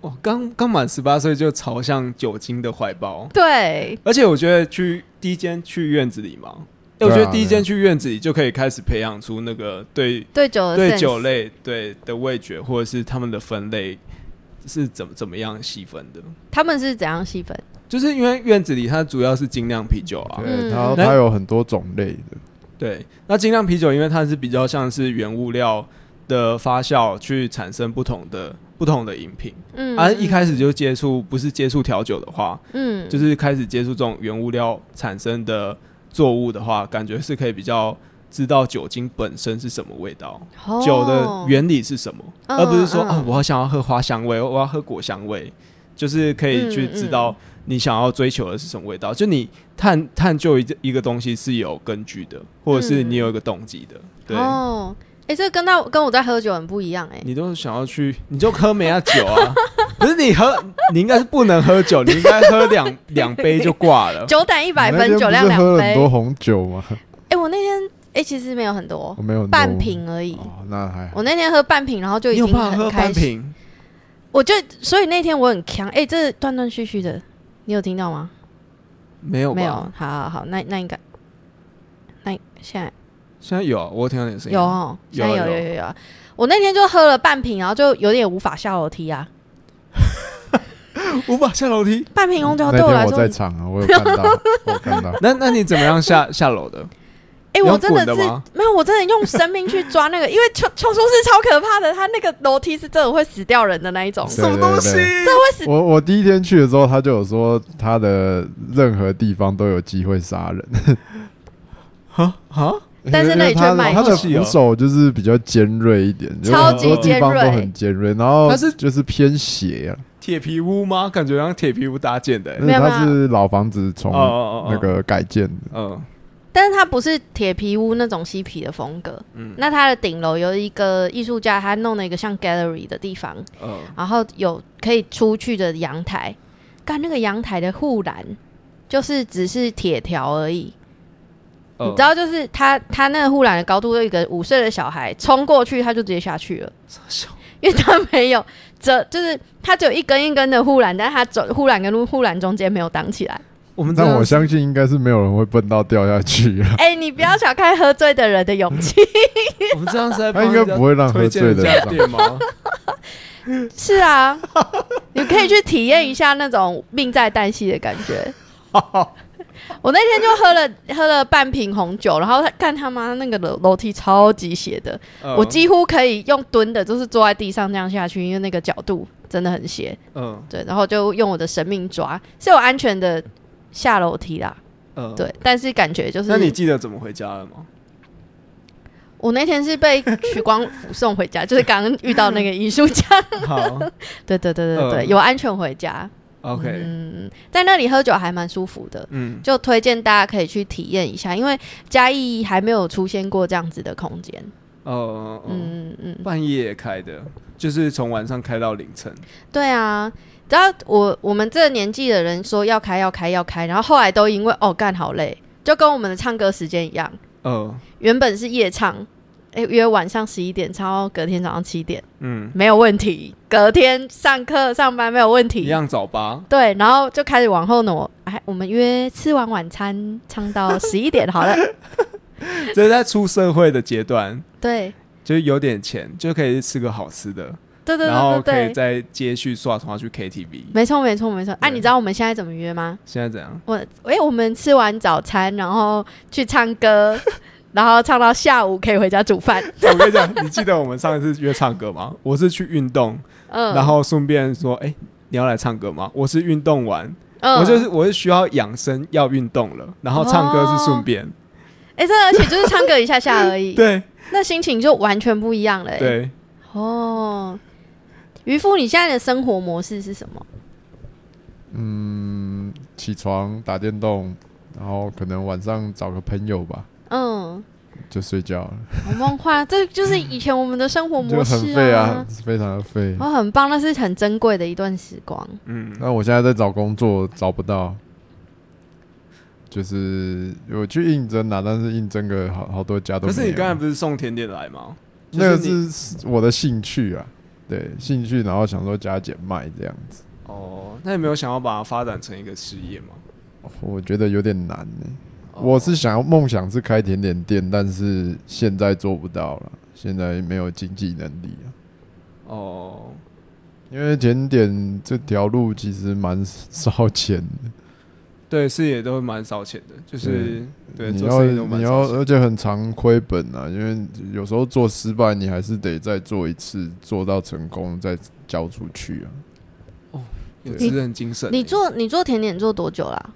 Speaker 2: 哇，刚刚满十八岁就朝向酒精的怀抱，
Speaker 1: 对，
Speaker 2: 而且我觉得去第一间去院子里嘛，哎
Speaker 4: 对啊
Speaker 2: 我觉得第一间去院子里就可以开始培养出那个对
Speaker 1: 对酒的
Speaker 2: 对
Speaker 1: sense
Speaker 2: 酒，类对的味觉，或者是他们的分类是怎么怎么样细分的。
Speaker 1: 他们是怎样细分？
Speaker 2: 就是因为院子里它主要是精酿啤酒啊，
Speaker 1: 嗯
Speaker 4: 对，他
Speaker 2: 那
Speaker 4: 他有很多种类的，
Speaker 2: 对，那精酿啤酒因为它是比较像是原物料的发酵去产生不同的不同的饮品，
Speaker 1: 嗯，
Speaker 2: 而、一开始就接触不是接触调酒的话，
Speaker 1: 嗯，
Speaker 2: 就是是开始接触这种原物料产生的作物的话，感觉是可以比较知道酒精本身是什么味道，
Speaker 1: 哦
Speaker 2: 酒的原理是什么，
Speaker 1: 嗯
Speaker 2: 而不是说
Speaker 1: 嗯
Speaker 2: 啊
Speaker 1: 嗯，
Speaker 2: 我好想要喝花香味，我要喝果香味，就是可以去知
Speaker 1: 嗯
Speaker 2: 道你想要追求的是什么味道。就你探探究一一个东西是有根据的，或者是你有一个动机的。对，
Speaker 1: 哦，哎，这跟到跟我在喝酒很不一样哎，
Speaker 2: 你都想要去，你就喝梅亚酒啊， 不是你喝，你应该是不能喝酒，你应该喝 两两杯就挂了。
Speaker 1: 酒胆一百
Speaker 4: 那天
Speaker 1: 分，
Speaker 4: 不
Speaker 1: 酒
Speaker 4: 是
Speaker 1: 量两
Speaker 4: 喝了
Speaker 1: 杯，
Speaker 4: 很多红酒吗？
Speaker 1: 哎，我那天哎其实没有很多
Speaker 4: 我，没有很多
Speaker 1: 半瓶而已。
Speaker 4: 哦，那还好
Speaker 1: 我那天喝半瓶，然后就已经
Speaker 2: 你有办法
Speaker 1: 很
Speaker 2: 喝
Speaker 1: 开
Speaker 2: 半
Speaker 1: 心。
Speaker 2: 瓶？
Speaker 1: 我就所以那天我很强，哎、这断断续续的，你有听到吗？
Speaker 2: 没有吧？
Speaker 1: 没有，好好好，那那应该，那现在
Speaker 2: 现在有啊，我有听到你的声音。
Speaker 1: 有哦，
Speaker 2: 有
Speaker 1: 现在有
Speaker 2: 有
Speaker 1: 有有有。我那天就喝了半瓶，然后就有点无法下楼梯啊。
Speaker 2: 无法下楼梯。
Speaker 1: 半瓶红
Speaker 2: 嗯
Speaker 1: 酒
Speaker 4: 那
Speaker 1: 对我来
Speaker 4: 天我
Speaker 1: 说，哦
Speaker 4: 在场啊，我有看到，我有 看到。
Speaker 2: 那那你怎么样下下楼的？
Speaker 1: 哎、
Speaker 2: 你
Speaker 1: 我
Speaker 2: 用
Speaker 1: 真的
Speaker 2: 滚
Speaker 1: 是
Speaker 2: 的吗？
Speaker 1: 没有，我真的用生命去抓那个，因为 球球叔是超可怕的，他那个楼梯是真的会死掉人的那一种，
Speaker 4: 是
Speaker 2: 什么东西
Speaker 4: 对？
Speaker 1: 会死。
Speaker 4: 我我第一天去的时候，他就有说他的任何地方都有机会杀人，
Speaker 2: 哈哈，
Speaker 1: 但是那里
Speaker 4: 因为他
Speaker 1: 却卖
Speaker 4: 他的
Speaker 2: 是哦
Speaker 4: 扶手就是比较尖锐一点，就是
Speaker 1: 超
Speaker 4: 很
Speaker 1: 级
Speaker 4: 多地方
Speaker 1: 尖锐
Speaker 4: 都很尖锐，然后
Speaker 2: 他是
Speaker 4: 就是偏斜啊，
Speaker 2: 铁皮屋吗？感觉像铁皮屋搭建的欸、
Speaker 4: 但
Speaker 1: 没
Speaker 4: 是
Speaker 1: 有
Speaker 4: 它是老房子从
Speaker 2: 哦哦哦哦
Speaker 4: 那个改建的，
Speaker 2: 嗯
Speaker 1: 但是它不是铁皮屋那种嬉皮的风格，
Speaker 2: 嗯
Speaker 1: 那它的顶楼有一个艺术家，他弄了一个像 gallery 的地方，
Speaker 2: 嗯，
Speaker 1: 然后有可以出去的阳台，干那个阳台的护栏就是只是铁条而已，你
Speaker 2: 嗯
Speaker 1: 知道，就是他他那个护栏的高度，有一个五岁的小孩冲过去，他就直接下去了，因为他没有这就是他只有一根一根的护栏，但是他走护栏跟护栏中间没有挡起来。
Speaker 2: 我们这
Speaker 4: 但
Speaker 2: 样
Speaker 4: 我相信应该是没有人会笨到掉下 去啊，
Speaker 1: 哎、你不要小看喝醉的人的勇气。
Speaker 2: 我们这样是在
Speaker 4: 他应该不会让喝
Speaker 2: 推荐
Speaker 4: 醉的
Speaker 2: 人家
Speaker 4: 人啊
Speaker 2: 的
Speaker 4: 上。
Speaker 2: 店吗？
Speaker 1: 是啊，你可以去体验一下那种命在旦夕的感觉。我那天就喝了喝了半瓶红酒，然后他看他妈那个楼楼梯超级斜的，
Speaker 2: 嗯
Speaker 1: 我几乎可以用蹲的，就是坐在地上这样下去，因为那个角度真的很斜。
Speaker 2: 嗯
Speaker 1: 对，然后就用我的生命抓，是有安全的下楼梯啦。
Speaker 2: 嗯，
Speaker 1: 对，但是感觉就是，
Speaker 2: 那你记得怎么回家了 吗？
Speaker 1: 我那天是被取光 府送回家，就是刚刚遇到那个艺术 家。
Speaker 2: 好
Speaker 1: 对对对对对，
Speaker 2: 嗯
Speaker 1: 有安全回家。
Speaker 2: ，OK，
Speaker 1: 嗯，在那里喝酒还蛮舒服的。
Speaker 2: 嗯，
Speaker 1: 就推荐大家可以去体验一下，因为嘉义还没有出现过这样子的空间。
Speaker 2: 哦，嗯
Speaker 1: 嗯嗯，
Speaker 2: 嗯半夜开的，就是从晚上开到凌晨。
Speaker 1: 对啊，只要我我们这个年纪的人说要开要开要开，然后后来都因为哦干好累，就跟我们的唱歌时间一样，
Speaker 2: 嗯
Speaker 1: 原本是夜唱，诶，约晚上十一点，唱到隔天早上七点，
Speaker 2: 嗯，
Speaker 1: 没有问题。隔天上课上班没有问
Speaker 2: 一
Speaker 1: 题。
Speaker 2: 样早八。
Speaker 1: 对，然后就开始往后挪。哎，我们约吃完晚餐唱到十一点 好了。
Speaker 2: 这是在出社会的阶段，
Speaker 1: 对，
Speaker 2: 就是有点钱就可以去吃个好吃的，
Speaker 1: 对对
Speaker 2: 然后
Speaker 1: 对
Speaker 2: 可以
Speaker 1: 对对，
Speaker 2: 再接续刷通话去 KTV。
Speaker 1: 没错没错没错。哎、
Speaker 2: 对
Speaker 1: 你知道我们现在怎么约吗？
Speaker 2: 现在怎样？
Speaker 1: 我哎、我们吃完早餐，然后去唱歌，然后唱到下午可以回家煮饭。
Speaker 2: 我跟你讲，你记得我们上一次约唱歌吗？我是去运动，
Speaker 1: 嗯，
Speaker 2: 然后顺便说，哎、你要来唱歌吗？我是运动完，
Speaker 1: 嗯
Speaker 2: 我就是我是需要养生，要运动了，然后唱歌
Speaker 1: 哦
Speaker 2: 是顺便，
Speaker 1: 哎、这而且就是唱歌一下下而已，
Speaker 2: 对
Speaker 1: 那心情就完全不一样了、欸。，
Speaker 2: 对，
Speaker 1: 哦，渔夫，你现在的生活模式是什么？
Speaker 4: 嗯，起床打电动，然后可能晚上找个朋友吧，
Speaker 1: 嗯，
Speaker 4: 就睡觉了，
Speaker 1: 好梦幻，这就是以前我们的生活模
Speaker 4: 就
Speaker 1: 式
Speaker 4: 很废啊，非常的废。
Speaker 1: 哦，很棒，那是很珍贵的一段时光。
Speaker 2: 嗯，
Speaker 4: 那我现在在找工作，找不到，就是我去应征啦，但是应征个好好多家都
Speaker 2: 可
Speaker 4: 没有。
Speaker 2: 是你刚才不是送甜点来吗？就是
Speaker 4: 那个
Speaker 2: 你
Speaker 4: 是我的兴趣啊，对兴趣，然后想说加减卖这样子，
Speaker 2: 哦，那你没有想要把它发展成一个事业吗？
Speaker 4: 哦我觉得有点难呢、
Speaker 2: 哦
Speaker 4: 我是想要梦想是开甜点店，但是现在做不到了，现在没有经济能力啊。
Speaker 2: 哦，
Speaker 4: 因为甜点这条路其实蛮烧钱的，
Speaker 2: 对，事业都会蛮烧钱的，就是对，
Speaker 4: 你
Speaker 2: 做
Speaker 4: 要
Speaker 2: 生意都蛮
Speaker 4: 你要呃
Speaker 2: 烧，钱。
Speaker 4: 而且很常亏本啊。因为有时候做失败，你还是得再做一次，做到成功再交出去啊。
Speaker 2: 有
Speaker 4: 对
Speaker 2: 职人精神欸。
Speaker 1: 你做你做甜点做多久啦、啊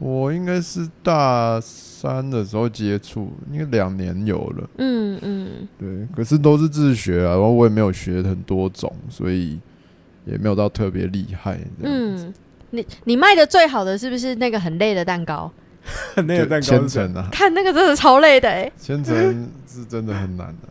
Speaker 4: 我应该是大三的时候接触，应该两年有了，
Speaker 1: 嗯嗯，
Speaker 4: 对。可是都是自学啊，然后我也没有学很多种，所以也没有到特别厉害这样子。
Speaker 1: 嗯，你你卖的最好的是不是那个很累的蛋糕？
Speaker 2: 那个蛋糕
Speaker 4: 千
Speaker 2: 是谁
Speaker 4: 层啊，
Speaker 1: 看那个真的超累的哎、
Speaker 4: 千层是真的很难的、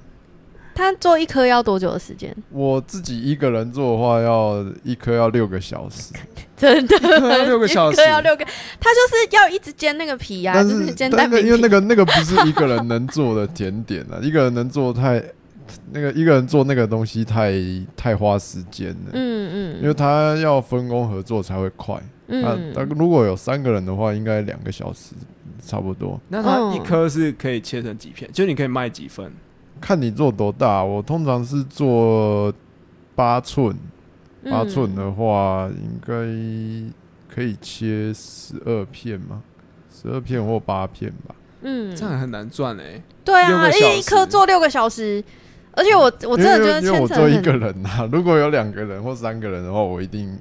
Speaker 1: 他做一颗要多久的时间？
Speaker 4: 我自己一个人做的话，要一颗要六个小时，
Speaker 1: 啊真的，
Speaker 2: 要六个小时
Speaker 1: 一颗要六个，他就是要一直煎那个皮呀、
Speaker 4: 但
Speaker 1: 就是是煎
Speaker 4: 但
Speaker 1: 蛋
Speaker 4: 那个
Speaker 1: 饼
Speaker 4: 因为那
Speaker 1: 皮。
Speaker 4: 个那个不是一个人能做的甜点啊，一个人能做太那个一个人做那个东西太太花时间了，
Speaker 1: 嗯
Speaker 4: 因为他要分工合作才会快。啊，
Speaker 1: 嗯
Speaker 4: 他如果有三个人的话，应该两个小时、差不多。
Speaker 2: 那它
Speaker 1: 嗯
Speaker 2: 一颗是可以切成几片？就你可以卖几份？
Speaker 4: 看你做多大，我通常是做八寸，
Speaker 1: 嗯
Speaker 4: 八寸的话应该可以切十二片嘛，十二片或八片吧。
Speaker 1: 嗯，
Speaker 2: 这样很难赚哎、
Speaker 1: 对
Speaker 2: 六
Speaker 1: 啊，
Speaker 2: 个小时
Speaker 1: 一一颗做六个小时，而且我我真的觉得
Speaker 4: 因为因为
Speaker 1: 千
Speaker 4: 我做
Speaker 1: 层
Speaker 4: 一个
Speaker 1: 很，
Speaker 4: 人啊， 如果有两个人或三个人的话，我一定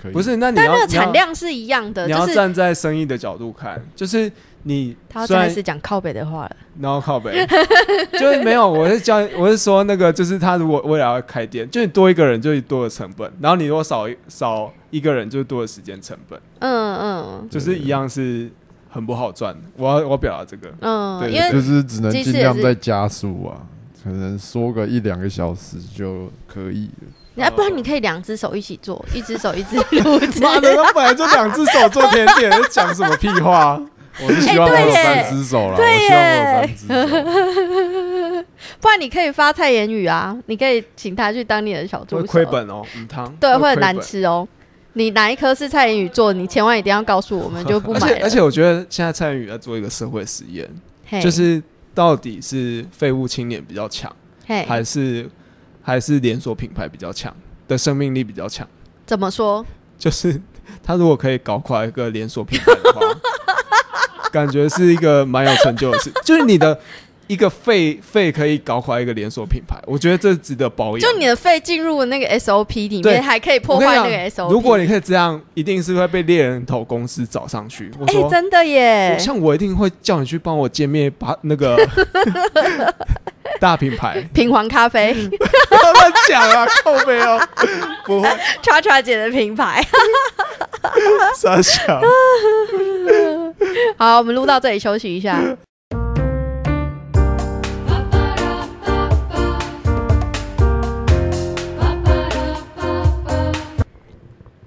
Speaker 4: 可以。
Speaker 2: 不是，那你
Speaker 1: 但
Speaker 2: 要
Speaker 1: 那个
Speaker 2: 你要
Speaker 1: 产量是一样的，
Speaker 2: 你
Speaker 1: 就
Speaker 2: 要
Speaker 1: 是
Speaker 2: 站在生意的角度看，就是你
Speaker 1: 他
Speaker 2: 虽
Speaker 1: 真
Speaker 2: 然
Speaker 1: 的是讲靠北的话了。
Speaker 2: 然后靠北， 就是没有，我是教，我是说那个，就是他如果未来要开店，就是多一个人就是多的成本，然后你如果少一少一个人就是多的时间成本，
Speaker 1: 嗯嗯
Speaker 2: 就是一样是很不好赚的。我要我要表达这个，
Speaker 1: 嗯，
Speaker 2: 对
Speaker 1: 因
Speaker 4: 就
Speaker 1: 为
Speaker 4: 是只能
Speaker 1: 鸡翅
Speaker 4: 尽量
Speaker 1: 也是
Speaker 4: 再加速啊，可能缩个一两个小时就可以了。
Speaker 1: 哎，不然你可以两只手一起做，一只手一只炉子。
Speaker 2: 妈的，他本来就两只手做甜点，在讲什么屁 话？
Speaker 4: 我是希望 我
Speaker 1: 哎对
Speaker 4: 有
Speaker 1: 耶
Speaker 4: 三只手啦，
Speaker 1: 对
Speaker 4: 我希望我有
Speaker 1: 耶
Speaker 4: 三只手。
Speaker 1: 不然你可以发蔡妍宇啊，你可以请他去当你的小助
Speaker 2: 会
Speaker 1: 手，
Speaker 2: 亏，本哦，母汤
Speaker 1: 对，会
Speaker 2: 亏
Speaker 1: 很难
Speaker 2: 本。
Speaker 1: 吃哦。你哪一颗是蔡妍宇做，你千万一定要告诉我们，就不
Speaker 2: 而
Speaker 1: 买
Speaker 2: 且
Speaker 1: 了。
Speaker 2: 而且，我觉得现在蔡宇在做一个社会实验，
Speaker 1: 嘿
Speaker 2: 就是到底是废物青年比较强，
Speaker 1: 嘿，
Speaker 2: 还是还是连锁品牌比较强的生命力比较强？
Speaker 1: 怎么说？
Speaker 2: 就是他如果可以搞垮一个连锁品牌 的话，感觉是一个蛮有成就的事。就是你的一个肺肺可以搞垮一个连锁品牌，我觉得这值得保养。
Speaker 1: 就你的肺进入那个 SOP 里
Speaker 2: 对
Speaker 1: 面，还可以破
Speaker 2: 我跟你
Speaker 1: 坏那
Speaker 2: 讲
Speaker 1: 个 SOP。
Speaker 2: 如果你可以这样，一定是会被猎人头公司找上去。我
Speaker 1: 哎、
Speaker 2: 说，
Speaker 1: 真的耶
Speaker 2: 我，像我一定会叫你去帮我歼灭把 那个大品牌。
Speaker 1: 平黄咖啡，
Speaker 2: 不要乱讲啊， 靠背哦，不会
Speaker 1: 叉叉姐的品牌。
Speaker 2: 傻笑。
Speaker 1: 好，我们录到这里休息一下。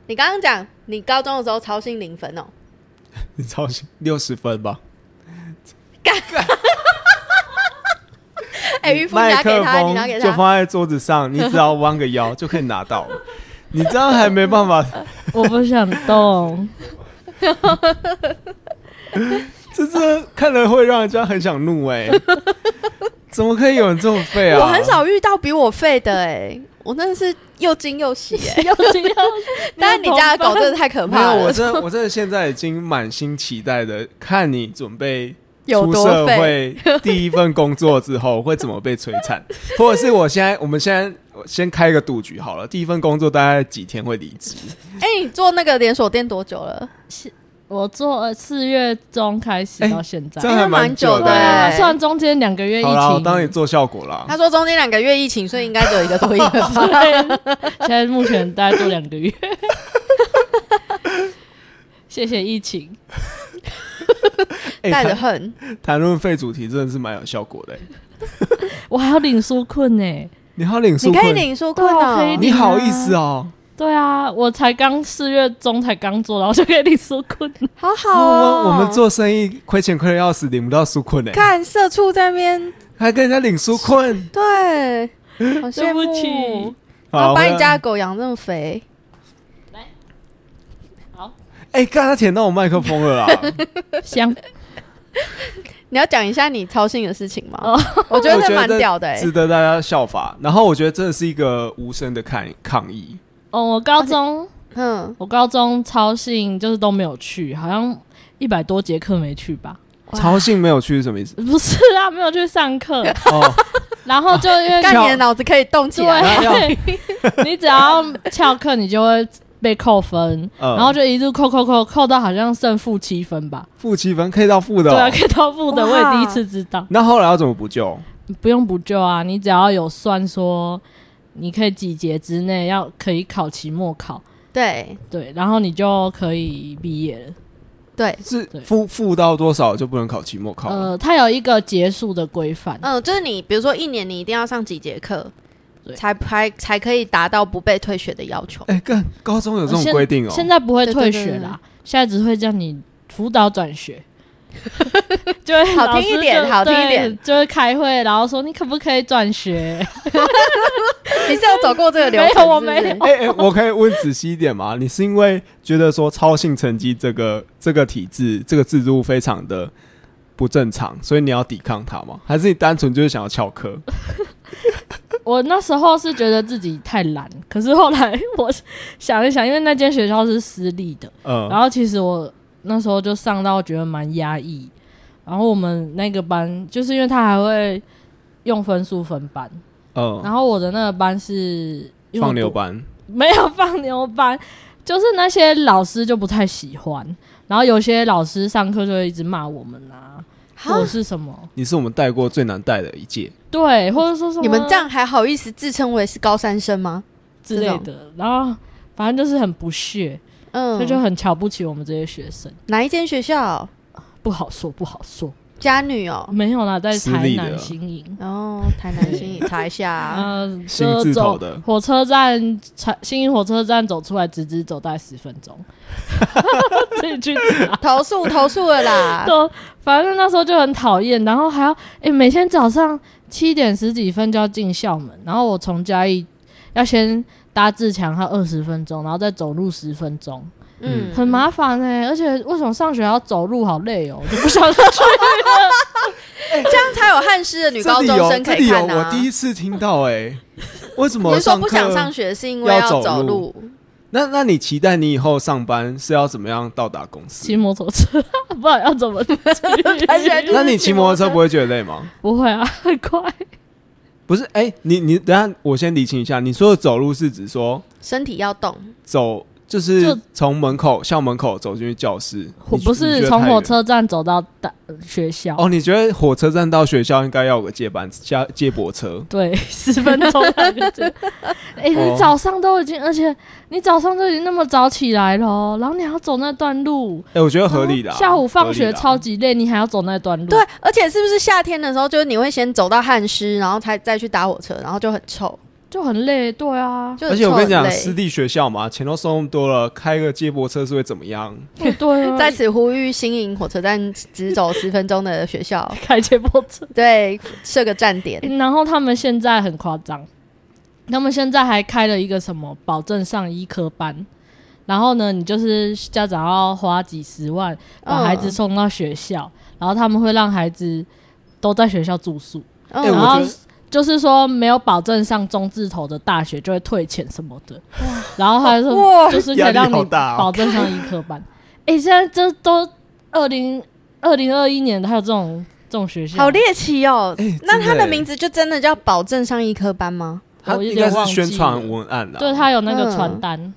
Speaker 1: 你刚刚讲你高中的时候超心零分哦，
Speaker 2: 你操心六十分吧。
Speaker 1: 哎、渔夫
Speaker 2: 麦
Speaker 1: 拿给
Speaker 2: 克
Speaker 1: 他，你
Speaker 2: 风
Speaker 1: 拿给
Speaker 2: 就
Speaker 1: 他，
Speaker 2: 放在桌子上，你只要弯个腰就可以拿到了。你这样还没办法，
Speaker 3: 我不想动。
Speaker 2: 这这看了会让人家很想怒哎、怎么可以有人这么废啊？
Speaker 1: 我很少遇到比我废的哎、我真的是又精又细 哎、
Speaker 3: 要这样，
Speaker 1: 但是你家的狗真的太可
Speaker 2: 没
Speaker 1: 怕
Speaker 2: 有，我
Speaker 1: 了，
Speaker 2: 真的我真的现在已经满心期待的看你准备
Speaker 1: 有
Speaker 2: 出
Speaker 1: 多
Speaker 2: 社
Speaker 1: 废？
Speaker 2: 会第一份工作之后会怎么被摧残，或者是我现在我们现在我先开一个赌局好了，第一份工作大概几天会离职？
Speaker 1: 哎、你做那个连锁店多久了？
Speaker 3: 我做四月中开始
Speaker 2: 哎
Speaker 3: 到现在，
Speaker 2: 这样还蛮久
Speaker 1: 对
Speaker 2: 的、
Speaker 3: 对啊，
Speaker 2: 欸。
Speaker 3: 算中间两个月疫
Speaker 2: 好啦，我
Speaker 3: 情，
Speaker 2: 当你做效果啦。
Speaker 1: 他说中间两个月疫情，所以应该只有一个多月吧。
Speaker 3: 对，现在目前大概做两个月。 谢谢疫情，
Speaker 2: 哎
Speaker 1: 带着
Speaker 2: 谈
Speaker 1: 恨，
Speaker 2: 谈论废主题真的是蛮有效果的欸、
Speaker 3: 我还要领纾困呢、
Speaker 2: 你好，领
Speaker 1: 你
Speaker 2: 书
Speaker 1: 可以
Speaker 2: 困，
Speaker 1: 领纾困
Speaker 3: 对啊我可以
Speaker 1: 哦
Speaker 3: 领。
Speaker 2: 你好意思哦、
Speaker 3: 对啊，我才刚四月中才刚做，然后就给领纾困，
Speaker 1: 好好
Speaker 2: 我
Speaker 1: 哦。
Speaker 2: 啊们我们做生意亏钱亏的要死，领不到书困呢、
Speaker 1: 看社畜在那边，
Speaker 2: 还跟人家领书困。
Speaker 1: 对，好羡
Speaker 3: 对不
Speaker 1: 慕。
Speaker 3: 起。
Speaker 1: 然后
Speaker 2: 好，
Speaker 1: 把
Speaker 2: 回
Speaker 1: 你
Speaker 2: 来
Speaker 1: 家的狗养这么肥，
Speaker 3: 好
Speaker 2: 哎，刚才舔到我麦克风了啦，
Speaker 3: 香，
Speaker 1: 你要讲一下你操心的事情吗
Speaker 3: 哦？
Speaker 1: 我觉得
Speaker 2: 我
Speaker 1: 这
Speaker 2: 觉
Speaker 1: 蛮
Speaker 2: 得
Speaker 1: 屌的欸，
Speaker 2: 值得大家效法。然后我觉得真的是一个无声的抗抗议，
Speaker 3: 哦，我高中
Speaker 1: 嗯，
Speaker 3: 我高中超信就是都没有去，好像一百多节课没去吧？
Speaker 1: 哇
Speaker 2: 曹信没有去是什么意思？
Speaker 3: 不是啊，没有去上课，
Speaker 2: 哦，
Speaker 3: 然后就因 为
Speaker 1: 干你的脑子可以动起来。
Speaker 2: 然后
Speaker 3: 对，你只要翘课，你就会被扣分，
Speaker 2: 嗯
Speaker 3: 然后就一路扣扣扣扣到好像剩负七分吧。
Speaker 2: 负七分可以到负的
Speaker 3: 对
Speaker 2: 哦、
Speaker 3: 啊，可以到负的，
Speaker 1: 哇
Speaker 3: 我也第一次知道，
Speaker 2: 那后来要怎么补救？
Speaker 3: 不用补救啊，你只要有算说你可以几节之内要可以考期末考，
Speaker 1: 对
Speaker 3: 对，然后你就可以毕业了。
Speaker 1: 对，
Speaker 2: 是
Speaker 3: 对
Speaker 2: 负负到多少就不能考期末考？
Speaker 3: 呃，它有一个结束的规范，
Speaker 1: 嗯，就是你比如说一年你一定要上几节课，
Speaker 3: 对
Speaker 1: 才才才可以达到不被退学的要 求。
Speaker 2: 哎、干高中有这种
Speaker 3: 现
Speaker 2: 规定哦、
Speaker 3: 现在不会退
Speaker 1: 对对
Speaker 3: 学
Speaker 1: 对对
Speaker 3: 啦，现在只会叫你辅导转 学。就会
Speaker 1: 好
Speaker 3: 老
Speaker 1: 听一
Speaker 3: 师就
Speaker 1: 点好听一
Speaker 3: 对
Speaker 1: 点
Speaker 3: 就会开会，然后说你可不可以转学？
Speaker 1: 你是有走过这个流程？
Speaker 3: 没有我
Speaker 1: 是不是
Speaker 3: 没有
Speaker 2: 哎、哎、我可以问仔细一点吗？你是因为觉得说超性成绩这个这个体制这个制度非常的不正常，所以你要抵抗它吗？还是你单纯就是想要翘课？
Speaker 3: 我那时候是觉得自己太懒，可是后来我想一想，因为那间学校是私立的，
Speaker 2: 嗯，
Speaker 3: 然后其实我那时候就上到觉得蛮压抑。然后我们那个班，就是因为他还会用分数分班，然
Speaker 2: 嗯，
Speaker 3: 后我的那个班是因为我
Speaker 2: 放牛
Speaker 3: 读
Speaker 2: 班，
Speaker 3: 没有放牛班，就是那些老师就不太喜欢，然后有些老师上课就会一直骂我们啊，
Speaker 1: 哈
Speaker 3: 或者是什么，
Speaker 2: 你是我们带过最难带的一届。
Speaker 3: 对，或者说什么
Speaker 1: 你们这样哦还好意思自称为是高三生吗？
Speaker 3: 之类的，然后反正就是很不屑，
Speaker 1: 嗯，
Speaker 3: 这、就很瞧不起我们这些学生，
Speaker 1: 哪一间学校？
Speaker 3: 不好说，不好说，
Speaker 1: 家女哦，
Speaker 3: 没有啦，在
Speaker 2: 私
Speaker 3: 台
Speaker 2: 立的
Speaker 3: 南新营。
Speaker 1: 哦，台南新 营查一下啊，
Speaker 3: 呃，
Speaker 2: 新
Speaker 3: 就
Speaker 2: 字头
Speaker 3: 走
Speaker 2: 的
Speaker 3: 火车站，才新营火车站走出来，直直走大概十分钟， 自己去查。
Speaker 1: 投诉投诉了 啦，
Speaker 3: 就反正那时候就很讨厌，然后还要诶，每天早上七点十几分就要进校门，然后我从嘉义要先搭自强号二十分钟，然后再走路十分钟，
Speaker 1: 嗯，
Speaker 3: 很麻烦哎、而且为什么上学要走路，好累哦，我就不想去 了。
Speaker 1: 这样才有汉师的女
Speaker 2: 这
Speaker 1: 高
Speaker 2: 里
Speaker 1: 中
Speaker 2: 有，
Speaker 1: 生
Speaker 2: 这
Speaker 1: 可
Speaker 2: 里
Speaker 1: 以
Speaker 2: 有，
Speaker 1: 看
Speaker 2: 我
Speaker 1: 啊。
Speaker 2: 第一次听到哎， 为什
Speaker 1: 你
Speaker 2: 么
Speaker 1: 是说
Speaker 2: 上
Speaker 1: 不想上
Speaker 2: 课？
Speaker 1: 学是因为
Speaker 2: 要走
Speaker 1: 走
Speaker 2: 路？那那你期待你以后上班是要怎么样到达公司
Speaker 3: 骑？摩托车，不知道要怎 么去
Speaker 1: 而且就是
Speaker 2: 那你骑摩托车
Speaker 1: 骑
Speaker 2: 不会觉得累吗？
Speaker 3: 不会啊，很快。
Speaker 2: 不是，哎、你你等一下，我先理清一下，你说的走路是指说
Speaker 1: 身体要动，
Speaker 2: 走，就是
Speaker 3: 就
Speaker 2: 从门口校门口走进去教室，
Speaker 3: 我
Speaker 2: 你
Speaker 3: 不
Speaker 2: 你觉
Speaker 3: 是
Speaker 2: 得
Speaker 3: 从
Speaker 2: 太
Speaker 3: 火
Speaker 2: 远
Speaker 3: 车站走到大学校，
Speaker 2: 哦？你觉得火车站到学校应该要有个接班加接驳车？
Speaker 3: 对， 十分钟啊就这样。 哎、
Speaker 2: 哦
Speaker 3: 你早上都已经，而且你早上都已经那么早起来了哦，然后你还要走那段路，
Speaker 2: 哎、我觉得合理的。
Speaker 3: 然后哦下午放
Speaker 2: 合
Speaker 3: 学
Speaker 2: 理啦
Speaker 3: 超级累，你还要走那段路。
Speaker 1: 对，而且是不是夏天的时候，就是你会先走到汉师，然后才再去搭火车，然后就很臭，
Speaker 3: 就很累。对啊，
Speaker 1: 就
Speaker 2: 而
Speaker 1: 很
Speaker 2: 且
Speaker 1: 臭
Speaker 2: 我跟你讲，
Speaker 1: 很累
Speaker 2: 私立学校嘛，钱都收那么多了，开个接驳车是会怎么样？
Speaker 3: 就对啊，，
Speaker 1: 在此呼吁新营火车站只走十分钟的学校
Speaker 3: 开接驳车。
Speaker 1: 对，设个站点。
Speaker 3: 然后他们现在很夸张，他们现在还开了一个什么保证上医科班。然后呢，你就是家长要花几十万
Speaker 1: 嗯
Speaker 3: 把孩子送到学校，然后他们会让孩子都在学校住宿。
Speaker 1: 嗯，嗯
Speaker 2: 哎我
Speaker 3: 然
Speaker 2: 觉
Speaker 3: 后
Speaker 2: 得
Speaker 3: 就是说没有保证上中字头的大学就会退钱什么的，然后还说
Speaker 1: 哇，
Speaker 3: 就是
Speaker 2: 压
Speaker 3: 可以
Speaker 2: 力
Speaker 3: 让
Speaker 2: 好
Speaker 3: 你
Speaker 2: 大哦
Speaker 3: 保证上医科班。哎、现在这都二零二零二一年的，还有这种这种学校，
Speaker 1: 好猎奇哦
Speaker 2: 哎。
Speaker 1: 那他
Speaker 2: 真的
Speaker 1: 的
Speaker 2: 哎
Speaker 1: 名字就真的叫保证上医科班吗？
Speaker 2: 它
Speaker 3: 我有
Speaker 2: 应
Speaker 3: 点
Speaker 2: 该是
Speaker 3: 忘记
Speaker 2: 宣传
Speaker 3: 了
Speaker 2: 文案啦，
Speaker 3: 对他有那个传
Speaker 1: 嗯
Speaker 3: 单，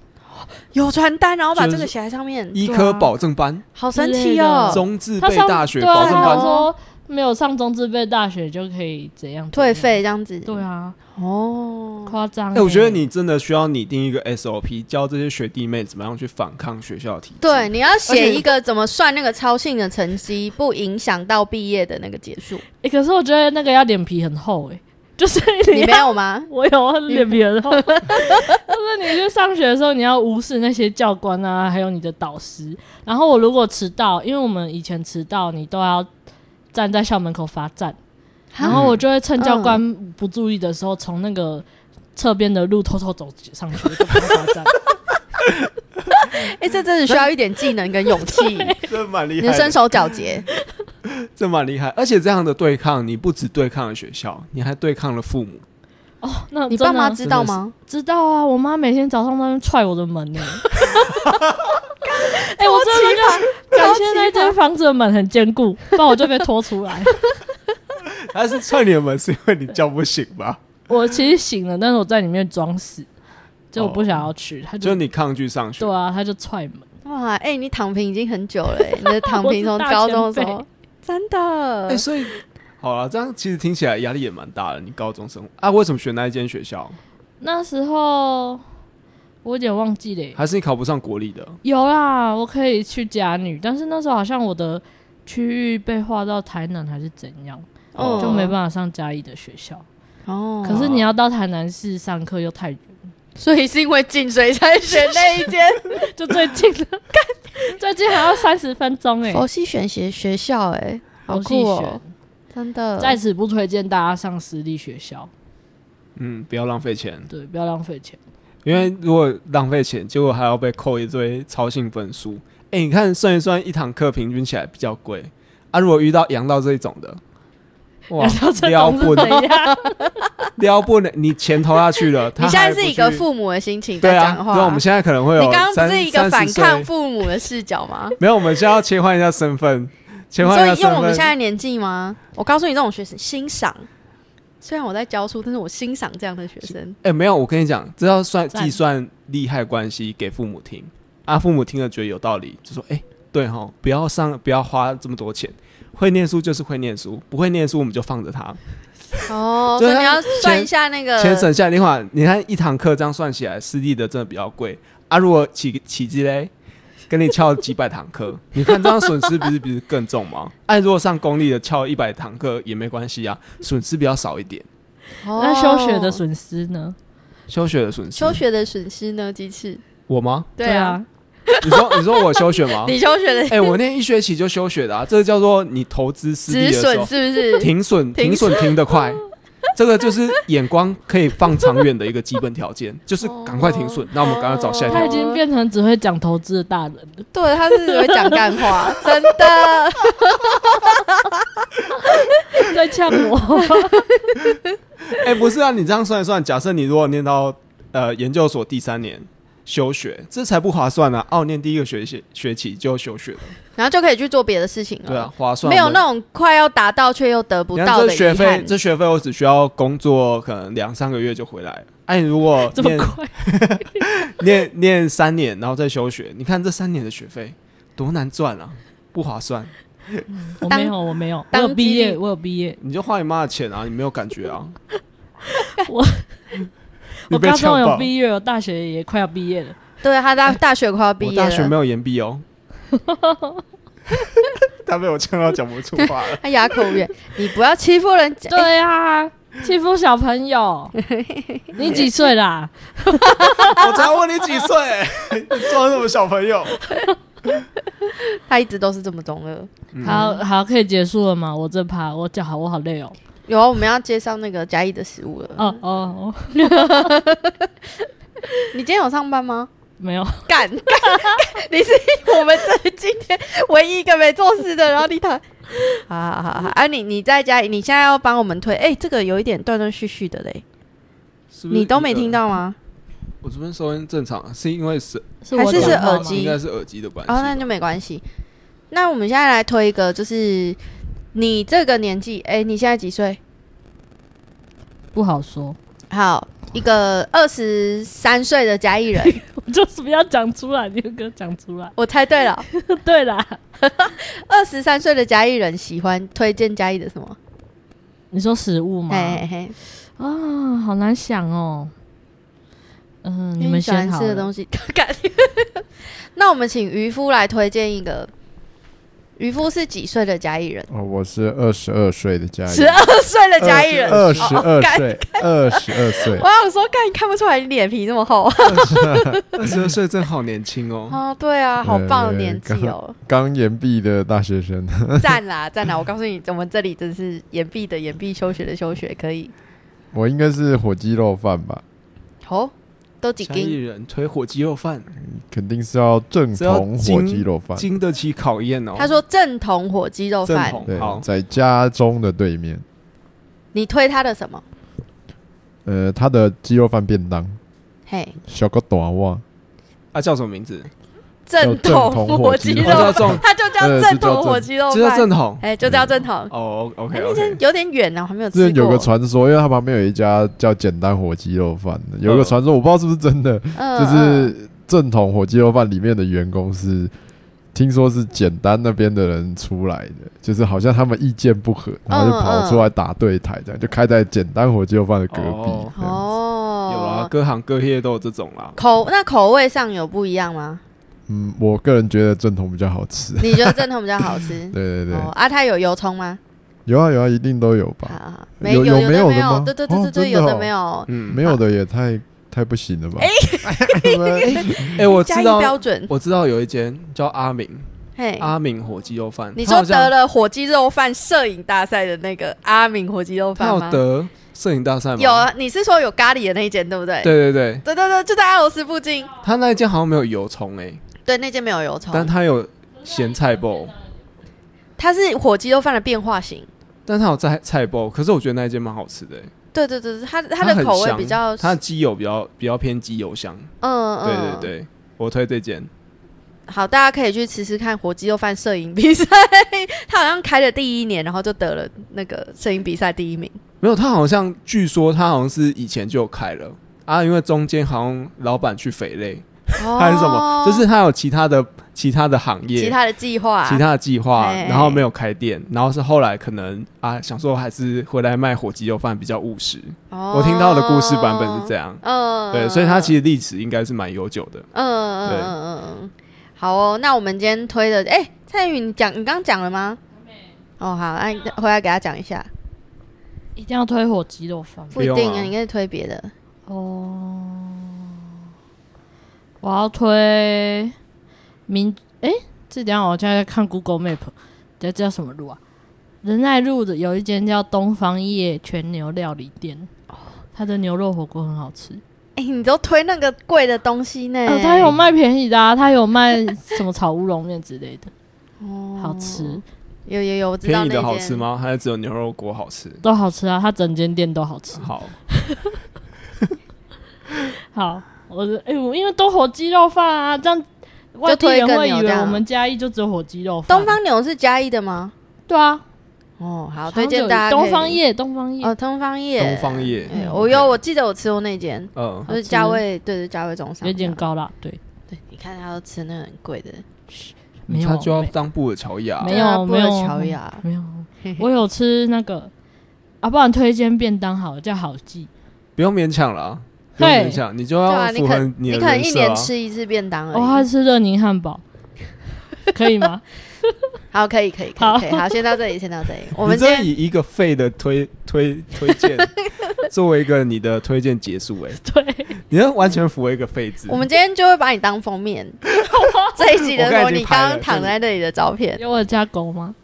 Speaker 1: 有传单，然后把
Speaker 2: 就
Speaker 1: 这
Speaker 2: 是
Speaker 1: 个写在上面，
Speaker 2: 医
Speaker 3: 对
Speaker 2: 科
Speaker 3: 啊
Speaker 2: 保证班、
Speaker 1: 好神奇哦
Speaker 3: 之类的。
Speaker 2: 中自
Speaker 3: 他
Speaker 2: 备
Speaker 3: 上
Speaker 2: 大学
Speaker 3: 对啊，
Speaker 2: 保证
Speaker 3: 他
Speaker 2: 班
Speaker 3: 有，说没有上中字辈大学就可以怎样
Speaker 1: 退，
Speaker 3: 怎样
Speaker 1: 费这样子，
Speaker 3: 对啊，
Speaker 1: 哦，
Speaker 3: 夸张、欸。
Speaker 2: 哎、我觉得你真的需要拟定一个 SOP，教这些学弟妹怎么样去反抗学校的体制。
Speaker 1: 对，，你要
Speaker 2: 而且
Speaker 1: 写一个怎么算那个超性的成绩，不影响到毕业的那个结束。
Speaker 3: 欸可是我觉得那个要脸皮很厚哎、就是你
Speaker 1: 你没
Speaker 3: 要
Speaker 1: 有吗？
Speaker 3: 我有脸皮 很厚，就是你去上学的时候，你要无视那些教官啊，还有你的导师。然后我如果迟到，因为我们以前迟到，你都要站在校门口罚站，然后我就会趁教官不注意的时候，从那个侧边的路偷偷走上去，就不用罚 站。
Speaker 1: 哎，这真的需要一点技能跟勇 气，
Speaker 2: 这蛮厉
Speaker 1: 你
Speaker 2: 害
Speaker 1: 的
Speaker 2: 的，
Speaker 1: 身手矫捷。
Speaker 2: 这蛮厉害。而且这样的对抗，你不只对抗了学校，你还对抗了父母。
Speaker 3: 哦，那
Speaker 1: 你
Speaker 3: 真
Speaker 1: 爸
Speaker 3: 的
Speaker 1: 妈知道吗？
Speaker 3: 知道啊，我妈每天早上都在那边踹我的门呢、欸。 哎、我真的那个感谢那间房子的门很坚固，不然我就被拖出来。
Speaker 2: 但是踹你的门是因为你叫不醒吧？
Speaker 3: 我其实醒了，但是我在里面装死，就我不想要去，他
Speaker 2: 哦就
Speaker 3: 就
Speaker 2: 你抗拒上学
Speaker 3: 对，啊，他就踹门。
Speaker 1: 哇，哎，你躺平已经很久了，哎你的躺平从
Speaker 3: 我是大
Speaker 1: 高中的时
Speaker 3: 前
Speaker 1: 候
Speaker 3: 辈，
Speaker 1: 真的
Speaker 2: 哎、所以好了，这样其实听起来压力也蛮大的。你高中生活啊，为什么选那一间学校？
Speaker 3: 那时候我有点忘记了耶、
Speaker 2: 还是你考不上国立的？
Speaker 3: 有啦，我可以去甲女，但是那时候好像我的区域被划到台南还是怎样，
Speaker 2: 哦
Speaker 3: 就没办法上嘉义的学校。
Speaker 1: 法。哦，
Speaker 3: 可是你要到台南市上课又太远，
Speaker 1: 所以是因为进水才选那一间
Speaker 3: 就最近 的，最近还要三十分钟哎、
Speaker 1: 佛系选学学校，哎，好
Speaker 3: 我自己
Speaker 1: 酷
Speaker 3: 选
Speaker 1: 哦，真的。
Speaker 3: 在此不推荐大家上私立学校，
Speaker 2: 嗯，不要浪费钱，
Speaker 3: 对，不要浪费钱。
Speaker 2: 因为如果浪费钱，结果还要被扣一堆超性分数。哎、你看算一算，一堂课平均起来比较贵，啊，如果遇到羊到这一种的， 哇
Speaker 3: 然后，这
Speaker 2: 撩
Speaker 3: 种是
Speaker 2: 不
Speaker 3: 怎样？
Speaker 2: 撩不能，你钱投下去了，他
Speaker 1: 你现在
Speaker 2: 还
Speaker 1: 是
Speaker 2: 不
Speaker 1: 一个
Speaker 2: 去
Speaker 1: 父母的心情
Speaker 2: 对
Speaker 1: 在
Speaker 2: 啊，
Speaker 1: 讲话。
Speaker 2: 那我们现在可能会有
Speaker 1: 你刚刚
Speaker 2: 三
Speaker 1: 不是一个反，
Speaker 2: 30
Speaker 1: 抗
Speaker 2: 岁
Speaker 1: 父母的视角吗？
Speaker 2: 没有，我们现在要切换一下身份，切换一
Speaker 1: 所
Speaker 2: 下
Speaker 1: 以用
Speaker 2: 身
Speaker 1: 我们现
Speaker 2: 份。
Speaker 1: 在年纪吗？我告诉你，这种学生欣赏。虽然我在教书，但是我欣赏这样的学 生。
Speaker 2: 哎，没有，我跟你讲，这要算
Speaker 3: 赞
Speaker 2: 计算利害关系给父母听啊，父母听了觉得有道理，就说哎，对哈，不要上，不要花这么多钱。会念书就是会念书，不会念书我们就放着他，
Speaker 1: 哦，
Speaker 2: 对
Speaker 1: 所以你
Speaker 2: 啊
Speaker 1: 要算一下那个
Speaker 2: 钱省下来。另外，你看一堂课这样算起来，私立的真的比较贵啊。如果起起绩嘞，跟你翘几百 堂课，你看这样损失不是不是更重吗？哎、如果上公立的翘一百堂课也没关系啊，损失比较少一点。
Speaker 1: 哦
Speaker 3: 那休学的损失呢？
Speaker 2: 休学的损失，
Speaker 1: 休学的损失呢？鸡翅，
Speaker 2: 我吗？
Speaker 1: 对啊，，
Speaker 2: 你说你说我休学 吗？
Speaker 1: 你休学的
Speaker 2: 哎、我那一学期就休学的啊，这个叫做你投资私立
Speaker 1: 止
Speaker 2: 的时
Speaker 1: 损
Speaker 2: 候，
Speaker 1: 是不是？
Speaker 2: 停损
Speaker 1: 停
Speaker 2: 停损停得快。这个就是眼光可以放长远的一个基本条件，就是赶快停
Speaker 1: 哦
Speaker 2: 损。那我们赶快找下一条
Speaker 3: 啊他已经变成只会讲投资的大人了。
Speaker 1: 对，他是会讲干 话，真的。
Speaker 3: 在呛 我，
Speaker 2: 哎、不是啊，你这样算一算，假设你如果念到呃研究所第三年休学，这才不划算啊！哦，念第一个学期学期就休学了，
Speaker 1: 然后就可以去做别的事情了。
Speaker 2: 对啊，，划
Speaker 1: 哦
Speaker 2: 算。
Speaker 1: 没有
Speaker 2: 我
Speaker 1: 那种快要达到却又得不
Speaker 2: 你看
Speaker 1: 到
Speaker 2: 这
Speaker 1: 的
Speaker 2: 学
Speaker 1: 遗
Speaker 2: 费
Speaker 1: 憾，。
Speaker 2: 这学费我只需要工作可能两三个月就回来了。哎、你如果
Speaker 3: 这么
Speaker 2: 念
Speaker 3: 快，
Speaker 2: 念念三年，然后再休学，你看这三年的学费多难赚啊，不划算。
Speaker 3: 我
Speaker 1: 当
Speaker 3: 没有，我没有，我
Speaker 1: 当
Speaker 3: 有毕
Speaker 1: 机
Speaker 3: 业，
Speaker 1: 立
Speaker 3: 我有毕业。
Speaker 2: 你就花你妈的钱啊，你没有感 觉啊？
Speaker 3: 我
Speaker 2: 你
Speaker 3: 我
Speaker 2: 被
Speaker 3: 高
Speaker 2: 呛
Speaker 3: 中有
Speaker 2: 爆
Speaker 3: 毕业，我大学也快要毕业了。
Speaker 1: 对他大大学快要毕
Speaker 2: 我
Speaker 1: 业
Speaker 2: 大学没
Speaker 1: 了，
Speaker 2: 有延毕哦。 他被我呛到讲不出话了。
Speaker 1: 他哑口无言。你不要欺负人家。
Speaker 3: 对啊，欺负小朋 友。你几岁啦？
Speaker 2: 我才问你几岁、 你装什么小朋友？
Speaker 1: 他一直都是这么中二。
Speaker 2: 嗯
Speaker 3: 好好，可以结束了吗？我这趴我脚好，我好累哦。
Speaker 1: 有啊，我们要介绍那个嘉义的食物了。
Speaker 3: 哦哦，哦
Speaker 1: 你今天有上班吗？
Speaker 3: 没有，
Speaker 1: 干干干！你是我们这今天唯一一个没做事的，然后你躺。好好好好，啊你你在家，你现在要帮我们推，哎、这个有一点断断续续的嘞，你都嗯没听？到吗？
Speaker 2: 我这边收音正常，啊是因为是
Speaker 3: 是我
Speaker 1: 哎还是
Speaker 3: 讲
Speaker 1: 是
Speaker 3: 话
Speaker 1: 耳
Speaker 3: 吗
Speaker 1: 机
Speaker 2: 应该是耳机的关系吧。
Speaker 1: 哦，那就没关系。那我们现在来推一个，就是你这个年纪，哎、你现在几岁？
Speaker 3: 不好说，
Speaker 1: 好，一个二十三岁的嘉义人，
Speaker 3: 我就是不要讲出来，你就给我讲出来。
Speaker 1: 我猜 对了，
Speaker 3: 对啦，
Speaker 1: 二十三岁的嘉义人喜欢推荐嘉义的什么？
Speaker 3: 你说食物吗？
Speaker 1: 嘿嘿嘿，
Speaker 3: 啊，好难想哦。嗯，你们
Speaker 1: 喜欢
Speaker 3: 先好
Speaker 1: 吃的
Speaker 3: 了
Speaker 1: 东西， 感觉。那我们请渔夫来推荐一个，渔夫是几岁的嘉义人？
Speaker 4: 哦，我是二十二岁的家
Speaker 1: 十二岁的嘉义人，
Speaker 4: 二十
Speaker 1: 哦
Speaker 4: 二
Speaker 1: 干
Speaker 4: 岁，二十二岁
Speaker 1: 我，想说，干，你看不出来你脸皮那么厚
Speaker 2: 二十二岁真好年轻哦。
Speaker 1: 哦，对啊，好棒的年纪
Speaker 4: 对
Speaker 1: 哦，
Speaker 4: 刚研毕的大学生。
Speaker 1: 赞啦赞啦！我告诉你，我们这里真是岩壁的岩壁，休学的休学，可以
Speaker 4: 我应该是火鸡肉饭吧，
Speaker 1: 哦，都几
Speaker 2: 嘉义
Speaker 1: 斤？
Speaker 2: 人推火鸡肉饭，
Speaker 4: 肯定是要正
Speaker 2: 只要
Speaker 4: 统
Speaker 2: 经
Speaker 4: 火鸡肉饭。
Speaker 2: 经得起考验哦。
Speaker 1: 他说正统火鸡肉
Speaker 2: 正
Speaker 1: 饭，
Speaker 2: 统
Speaker 4: 对
Speaker 2: 好，，
Speaker 4: 在家中的对面，
Speaker 1: 你推他的什么？
Speaker 4: 呃，他的鸡肉饭便当，
Speaker 1: 嘿，
Speaker 4: 小个短袜，
Speaker 2: 啊叫什么名字？哦
Speaker 1: 正
Speaker 4: 正
Speaker 1: 统
Speaker 4: 统
Speaker 1: 火
Speaker 4: 火
Speaker 1: 鸡
Speaker 4: 鸡
Speaker 1: 肉
Speaker 4: 肉
Speaker 2: 饭
Speaker 1: 饭，它就叫
Speaker 4: 呃
Speaker 1: 正
Speaker 4: 就叫
Speaker 1: 统火
Speaker 4: 正
Speaker 1: 鸡肉
Speaker 2: 就叫
Speaker 1: 饭
Speaker 2: 正，统。
Speaker 4: 呃
Speaker 1: 哎，就叫正统。
Speaker 2: 哦，OK
Speaker 1: 哎那间
Speaker 2: OK，
Speaker 1: 有点远呢，我还没有
Speaker 4: 嗯之
Speaker 1: 吃
Speaker 4: 前有
Speaker 1: 过
Speaker 4: 个。传说，因为它旁边有一家叫简单火鸡肉饭的，有个
Speaker 2: 嗯
Speaker 4: 传说我不知道是不是真的，
Speaker 1: 嗯
Speaker 4: 就
Speaker 1: 嗯
Speaker 4: 是正统火鸡肉饭里面的员工是，听说是简单那边的人出来的，就是好像他们意见不合，然后
Speaker 2: 嗯
Speaker 4: 就跑出来打对台，这样就开在简单火鸡肉饭的隔壁
Speaker 2: 哦。
Speaker 4: 这样
Speaker 2: 有啊，
Speaker 1: 嗯哦，
Speaker 2: 各行各业都有这种啦。
Speaker 1: 口那口味上有不一样吗？
Speaker 4: 嗯，我个人觉得正统比较 好吃。
Speaker 1: 你觉得正统比较好吃？
Speaker 4: 对对对
Speaker 1: 哦，，啊，它有油葱吗？
Speaker 4: 有啊有啊，一定都有
Speaker 1: 好
Speaker 4: 吧？
Speaker 1: 好好，没
Speaker 4: 有
Speaker 1: 有
Speaker 4: 有没
Speaker 1: 的
Speaker 4: 有
Speaker 1: 没
Speaker 4: 的
Speaker 1: 有，
Speaker 4: 吗
Speaker 1: 对对对
Speaker 4: 哦
Speaker 1: 对对，
Speaker 4: 真的
Speaker 1: 有的
Speaker 4: 哦
Speaker 1: 没有，
Speaker 2: 嗯，
Speaker 4: 没有的也太太不行了 吧？
Speaker 2: 哎，我
Speaker 1: 加
Speaker 2: 知
Speaker 1: 一
Speaker 2: 道，
Speaker 1: 标准，
Speaker 2: 我知道有一间叫阿明
Speaker 1: 嘿。
Speaker 4: 啊
Speaker 2: 阿明火鸡肉饭，
Speaker 1: 你
Speaker 2: 他
Speaker 1: 说
Speaker 2: 好像
Speaker 1: 得了火鸡肉饭摄影大赛的那个阿明火鸡肉
Speaker 2: 他
Speaker 1: 饭
Speaker 2: 有
Speaker 1: 吗？
Speaker 2: 得摄影大赛吗？
Speaker 1: 有，啊，你是说有咖喱的那一间对不对？
Speaker 2: 对对对，
Speaker 1: 对对对就在阿罗斯附近。
Speaker 2: 他那一间好像没有油葱哎、
Speaker 1: 哦对，那间没有油葱，
Speaker 2: 但他有咸菜包，
Speaker 1: 它是火鸡肉饭的变化型。
Speaker 2: 但它有菜菜包，可是我觉得那一间蛮好吃的、欸，
Speaker 1: 对对对，对它它
Speaker 2: 它
Speaker 1: 的
Speaker 2: 很
Speaker 1: 口味
Speaker 2: 香
Speaker 1: 比较，
Speaker 2: 它的鸡油比较比较偏鸡油香。
Speaker 1: 嗯嗯，
Speaker 2: 对对对，我推这间。
Speaker 1: 好，大家可以去吃吃看火鸡肉饭摄影比赛，他好像开了第一年，然后就得了那个摄影比赛第一名。
Speaker 2: 没有，他好像据说他好像是以前就有开了啊，因为中间好像老板去肥累，还是什么，就是他有其他的其他的行业，
Speaker 1: 哦其他的计划，
Speaker 2: 其他的计划，
Speaker 1: 哎
Speaker 2: 然后没有开店，然后是后来可能啊想说还是回来卖火鸡肉饭比较务实，
Speaker 1: 哦
Speaker 2: 我听到的故事版本是这样，
Speaker 1: 嗯，
Speaker 2: 对，所以他其实历史应该是蛮悠久的。
Speaker 1: 嗯嗯嗯嗯嗯，好哦，那我们今天推的，哎、蔡宇，你讲，你刚刚讲了吗？哦，好，那、你回来给他讲一下，
Speaker 3: 一定要推火鸡肉饭吗
Speaker 1: 不一
Speaker 2: 不
Speaker 1: 定
Speaker 2: 用啊
Speaker 1: 你可以推别的。
Speaker 3: 哦。我要推民诶，这等一下我现在在看 Google Map，这叫什么路啊？仁爱路的有一间叫东方叶全牛料理店，它的牛肉火锅很好吃。
Speaker 1: 哎、你都推那个贵的东西呢？
Speaker 3: 哦，它有卖便宜的、啊，它有卖什么炒乌龙面之类的，
Speaker 1: 哦
Speaker 3: 好吃，
Speaker 1: 有有有，我知道
Speaker 2: 便宜
Speaker 1: 那
Speaker 2: 的
Speaker 1: 间
Speaker 2: 好吃？吗？还是只有牛肉锅好吃？
Speaker 3: 都好吃啊！它整间店都好吃。
Speaker 2: 好，
Speaker 3: 好，我的哎、我因为都火鸡肉饭啊，这样外地
Speaker 1: 推一
Speaker 3: 人
Speaker 1: 个
Speaker 3: 会以
Speaker 1: 牛
Speaker 3: 为
Speaker 1: 这样
Speaker 3: 我们嘉义就只有火鸡肉饭。
Speaker 1: 东方牛是嘉义的吗？
Speaker 3: 对啊，
Speaker 1: 哦，好，
Speaker 3: 好
Speaker 1: 推荐大家可以
Speaker 3: 东方叶，东方叶、
Speaker 1: 哦，东方叶，
Speaker 2: 东方叶，
Speaker 1: 哎我有，我记得我吃过那间，
Speaker 2: 嗯，
Speaker 1: 就是
Speaker 3: 吃
Speaker 1: 价位，对对，价位中上，
Speaker 3: 有点。高啦，对，
Speaker 1: 对，你看他都吃那个很贵的，
Speaker 3: 没有啊
Speaker 2: 他就要
Speaker 3: 没
Speaker 2: 当布尔乔伊啊，
Speaker 3: 没有
Speaker 1: 对啊
Speaker 3: 没有
Speaker 1: 布尔乔亚，
Speaker 3: 没有，我有吃那个啊，不然推荐便当好了，叫好记。
Speaker 2: 不用勉强了，啊不
Speaker 3: 对
Speaker 2: 用勉强，你就
Speaker 1: 对啊，
Speaker 2: 要
Speaker 1: 你
Speaker 2: 符
Speaker 1: 可
Speaker 2: 合
Speaker 1: 你
Speaker 2: 的
Speaker 1: 可能
Speaker 2: 人
Speaker 1: 一
Speaker 2: 设
Speaker 1: 年
Speaker 2: 啊。
Speaker 1: 吃一次便当
Speaker 3: 我还
Speaker 1: 而已。
Speaker 3: 吃热宁汉堡，可 以吗？
Speaker 1: 好，可以可以可以
Speaker 3: 好
Speaker 1: 可以，好，先到这里，先到 这里。我
Speaker 2: 我
Speaker 1: 们今
Speaker 2: 真的
Speaker 1: 天
Speaker 2: 以一个废的推推 推荐作为一个你的推荐结束，哎，
Speaker 3: 对，
Speaker 2: 你要完全符合一个废字。
Speaker 1: 我们今天就会把你当封 面，这一集的时候
Speaker 2: 我刚才已经
Speaker 1: 你刚
Speaker 2: 拍
Speaker 1: 刚
Speaker 2: 了
Speaker 1: 躺在那里的照 片，
Speaker 3: 有我家狗吗？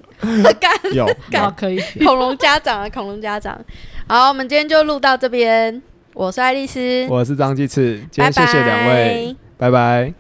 Speaker 1: 干
Speaker 2: 有
Speaker 3: 啊，可以。
Speaker 1: 恐龙家长啊，恐龙家长。好，我们今天就录到这边，我是爱丽丝，
Speaker 2: 我是张继次，今
Speaker 1: 拜
Speaker 2: 天
Speaker 1: 拜。
Speaker 2: 谢谢两位，拜拜。